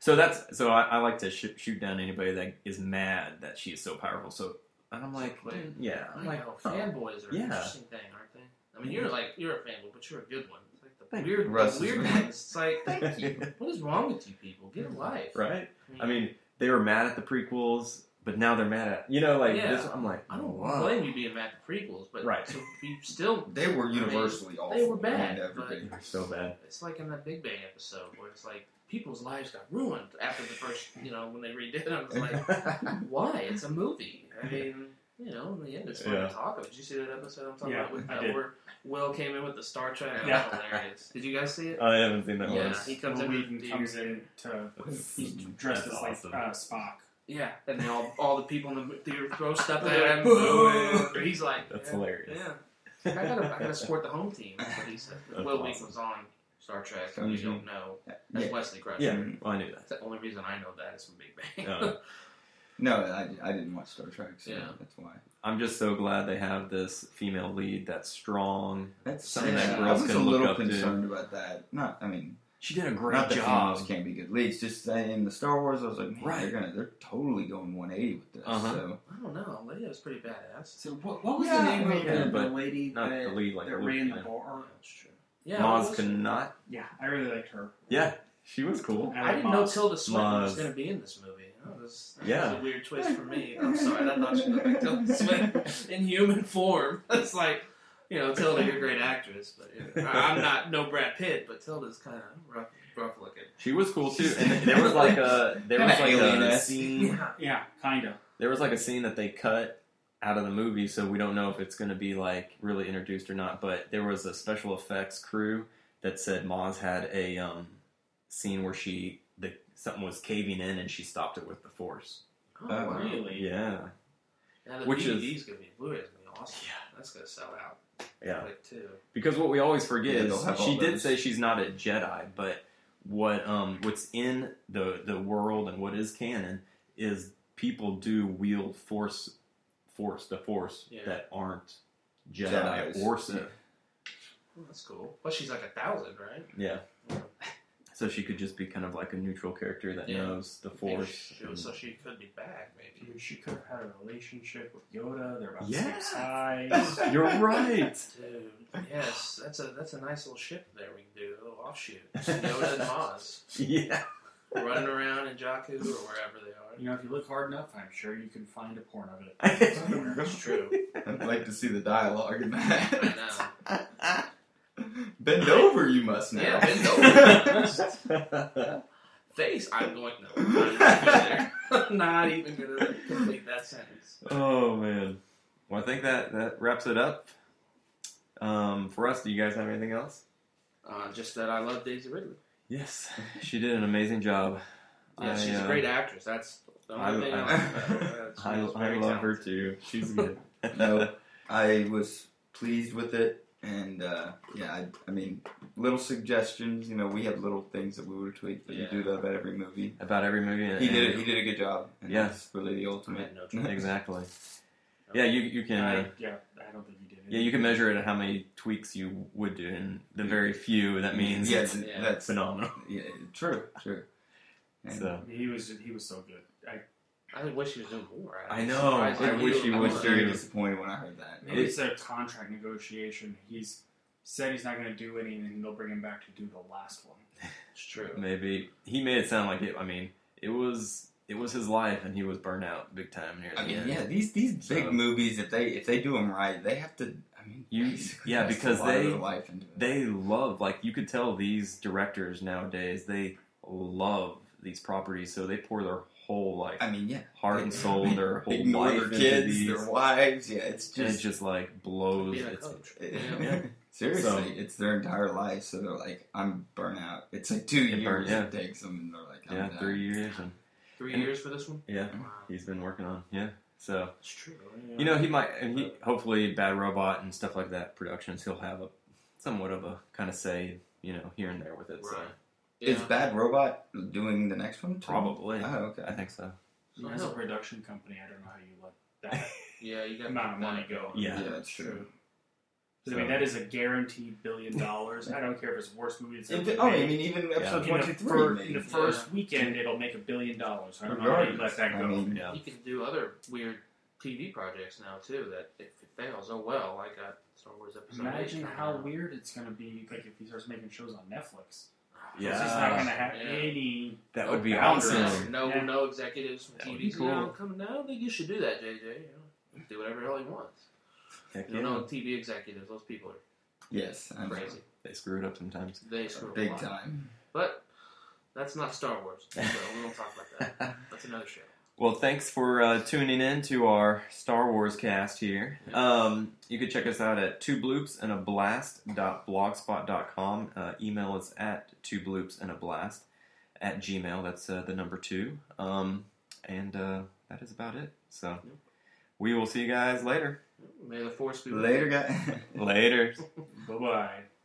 S2: So that's so I, I like to shoot, shoot down anybody that is mad that she is so powerful. So and I'm like,
S1: Like,
S2: dude, yeah,
S1: I
S2: I'm
S1: know,
S2: like, huh.
S1: fanboys are an
S2: Yeah.
S1: interesting thing, aren't they? I mean, you're like you're a fanboy, but you're a good one. It's like the
S2: Thank you.
S1: weird,
S3: Russ is
S1: weird
S3: right.
S1: ones. It's like,
S3: Thank you.
S1: what is wrong with you people? Get a life.
S2: right? I mean, they were mad at the prequels, but now they're mad at you know, like
S1: Yeah.
S2: this. I'm like,
S1: I don't
S2: wow.
S1: blame you being mad at the prequels, but
S2: Right.
S1: to be still,
S3: They were
S1: I mean,
S3: universally awful.
S1: they were
S3: I mean,
S1: bad,
S3: everybody-
S2: They're so bad.
S1: it's like in that Big Bang episode where it's like people's lives got ruined after the first, you know, when they redid it. I was like, why? It's a movie. I mean, you know, in the end, it's fun
S2: Yeah.
S1: to talk about. Did you see that episode I'm talking
S4: Yeah,
S1: about with
S4: I
S1: uh,
S4: did.
S1: where Will came in with the Star Trek? That
S4: Yeah.
S1: was hilarious. Did you guys see it?
S2: I haven't seen that
S1: yeah,
S2: one.
S1: he comes in
S4: Whedon
S1: with the-
S4: comes in to he's dressed
S2: That's
S4: as like
S2: awesome.
S4: uh, Spock.
S1: Yeah, and they all all the people in the theater throw stuff at him.
S4: Boo!
S1: He's like,
S2: That's
S1: yeah,
S2: hilarious.
S1: Yeah. I gotta, I gotta support the home team. That's what he said.
S2: That's
S1: Will
S2: awesome.
S1: Wheaton was on Star Trek. If you don't know, that's
S3: Yeah.
S1: Wesley Crusher.
S2: Yeah, well, I knew
S1: That's the only reason I know that is from Big Bang.
S2: that. Uh,
S3: No, I, I didn't watch Star Trek, so
S1: Yeah.
S3: that's why.
S2: I'm just so glad they have this female lead that's strong.
S3: That's
S2: Something
S1: that
S3: sad. I
S2: girls
S3: was a
S2: can look
S3: little
S2: up to.
S3: concerned about that. Not, I mean,
S2: She did a
S3: not that females can't be good leads. Just that in the Star Wars, I was like, man,
S2: Right.
S3: they're gonna, they're totally going 180 with this.
S2: Uh-huh.
S3: So,
S1: I don't know. Leia was pretty badass.
S4: So what, what was
S3: Yeah,
S4: the name
S3: I
S4: of
S3: mean,
S2: yeah,
S4: the, the
S2: but
S4: lady
S2: Not
S4: that,
S2: the lead, like
S4: that
S2: Luke,
S4: ran the
S2: yeah.
S4: bar?
S1: That's true. Yeah,
S2: Maz
S1: what was
S2: could
S1: she?
S2: not.
S4: Yeah, I really liked her.
S2: Yeah, she was cool.
S1: I didn't know
S4: Maz.
S1: Tilda Swinton was
S2: Maz.
S1: going to be in this movie. That was, that
S2: Yeah.
S1: was a weird twist for me. I'm sorry. I thought she looked like Tilda Swinton in human form. It's like, you know, Tilda, you're a great actress, but you know, I'm not no Brad Pitt, but Tilda's kind of rough, rough looking.
S2: She was cool too. And there was like a there was like a
S3: Alien-esque.
S2: scene
S4: Yeah, kinda.
S2: there was like a scene that they cut out of the movie, so we don't know if it's going to be like really introduced or not. But there was a special effects crew that said Maz had a um, scene where she the something was caving in and she stopped it with the force.
S1: Oh,
S3: Oh,
S1: wow.
S4: Really?
S2: Yeah,
S1: Now the
S2: Uh, Which is-
S1: DVD's gonna be Blu-ray's gonna be awesome. That's gonna sell out
S2: yeah.
S1: quick too.
S2: Because what we always forget
S3: Yeah, they'll have
S2: is she
S3: all
S2: did
S3: those.
S2: say she's not a Jedi, but what um what's in the the world and what is canon is people do wield force force the force
S1: Yeah.
S2: that aren't Jedi
S3: Jedis.
S2: or Sith.
S1: Oh, that's cool. Plus she's like a thousand, right?
S2: Yeah. So she could just be kind of like a neutral character that
S1: Yeah.
S2: knows the
S1: Maybe
S2: force.
S1: she- so she could be back,
S4: I
S1: maybe.
S4: mean, she could have had a relationship with Yoda. They're about
S2: Yeah.
S4: the same size.
S2: You're right.
S1: Dude, yes, that's a that's a nice little ship there we can do, a little offshoot. Yoda and Maz
S2: Yeah.
S1: running around in Jakku or wherever they are.
S4: you know, if you look hard enough, I'm sure you can find a porn of it.
S1: It's true.
S3: I'd like to see the dialogue in
S1: I
S3: that.
S1: know.
S3: bend over, you must now.
S1: Yeah, bend Face, I'm going no. I'm not, gonna, not even gonna complete that sentence.
S2: oh man. Well, I think that that wraps it up. Um, for us, do you guys have anything else?
S1: Uh, just that I love Daisy Ridley.
S2: Yes, she did an amazing job.
S1: Yeah,
S2: I,
S1: she's
S2: uh,
S1: a great actress. That's the
S2: I-
S1: only thing I, like about her. She
S2: I- I, I
S1: was
S2: love
S1: very
S2: her
S1: talented.
S2: too. She's good.
S3: No. I was pleased with it, and uh, yeah, I, I mean, little suggestions. You know, we have little things that we would tweak, but
S1: Yeah.
S3: you do that about every movie.
S2: About every movie. and-
S3: He did. He did a good job. And
S2: Yeah.
S3: that's really the
S1: I
S3: ultimate.
S1: had no choice.
S2: Exactly. Yeah, you you can. uh,
S4: I, yeah, I don't think you did.
S2: Yeah, you can measure it at how many tweaks you would do, and the very few that means
S3: yeah,
S2: it's
S1: yeah.
S3: that's
S2: phenomenal.
S3: yeah, true, true. And
S2: So
S4: He was he was so good. I,
S1: I wish she was doing more.
S2: I know.
S1: surprised
S3: I
S1: they
S3: wish
S1: wouldn't.
S3: he
S2: I
S3: was
S2: was
S3: very
S2: too.
S3: disappointed when I heard that.
S4: maybe it's a contract negotiation. He's said he's not going to do anything, and they'll bring him back to do the last one.
S1: It's true.
S2: maybe he made it sound like it. I mean, it was it was his life, and he was burned out big time here. At
S3: I
S2: the
S3: mean,
S2: end.
S3: yeah, these these
S2: So-
S3: big movies, if they if they do them right, they have to. I mean,
S2: You-
S3: basically
S2: yeah,
S3: invest
S2: because
S3: a lot of
S2: they-
S3: their life into it.
S2: they love like you could tell these directors nowadays they love these properties, so they pour their whole like
S3: I mean, yeah,
S2: heart and soul, their whole
S3: ignore
S2: life
S3: their
S2: into
S3: kids,
S2: these,
S3: their wives. Yeah, it's
S2: and it
S3: just, oh,
S2: just like blows.
S1: Being a
S2: It's-
S1: coach.
S3: it-
S2: Yeah.
S3: seriously,
S2: So-
S3: it's their entire life. So they're like, I'm burnt out. It's like two
S2: It
S3: years
S2: burn- yeah.
S3: it takes them, and they're like, I'm
S2: yeah,
S3: done.
S2: three years, and
S1: Three
S2: And-
S1: years for this one.
S2: yeah,
S1: Wow,
S2: he's been working on yeah. So
S1: it's true.
S2: You know, he might, and he hopefully Bad Robot and stuff like that productions. He'll have a somewhat of a kind of say, you know, here and there with it. So
S1: Right. yeah.
S3: Is Bad Robot doing the next one? too?
S2: probably,
S3: Oh,
S2: I
S3: okay.
S2: think so.
S1: Yeah.
S3: Oh.
S4: As a production company, I don't know how you let that
S1: Yeah, you got
S4: amount of money go.
S2: Yeah.
S3: Yeah, that's true.
S4: 'Cause, I mean, that is a guaranteed billion dollars. I don't care if it's the worst movie it's ever
S3: Even-
S4: been
S3: oh, I
S4: made.
S3: mean, even episode
S4: in,
S3: one,
S4: the
S3: two,
S4: fir-
S3: three.
S4: in the
S3: maybe.
S4: first weekend, it'll make a billion dollars. I don't know how you let
S3: Regardless,
S4: that
S3: I
S4: go.
S3: mean,
S2: Yeah,
S1: You can do other weird TV projects now too. That if it fails, oh well. I got Star Wars episode. eight
S4: Imagine
S1: coming
S4: how
S1: out.
S4: weird it's going to be like if he starts making shows on Netflix.
S2: Yeah.
S4: He's not going to have
S1: Yeah.
S4: any.
S2: That
S1: No
S2: would be
S1: boundaries,
S2: awesome.
S1: No,
S4: Yeah.
S1: no executives from
S2: That would
S1: TV.
S2: be cool.
S1: No, come, no, I don't think you should do that, JJ. You know, do whatever the hell he wants.
S2: Heck
S1: You know,
S2: yeah.
S1: no TV executives. Those people are
S3: Yes, I know.
S1: crazy.
S2: They screw it up sometimes.
S1: They screw up a
S3: big
S1: lot.
S3: time.
S1: But that's not Star Wars, so we don't talk about that. That's another show.
S2: Well, thanks for uh, tuning in to our Star Wars cast here. Um, you can check us out at two bloops and a blast.blogspot.com. Uh, email us at two bloops and a blast at gmail. That's uh, the number two. Um, and uh, that is about it. So we will see you guys later.
S1: May the force be with you.
S3: Later, guys.
S2: Later.
S4: Bye bye.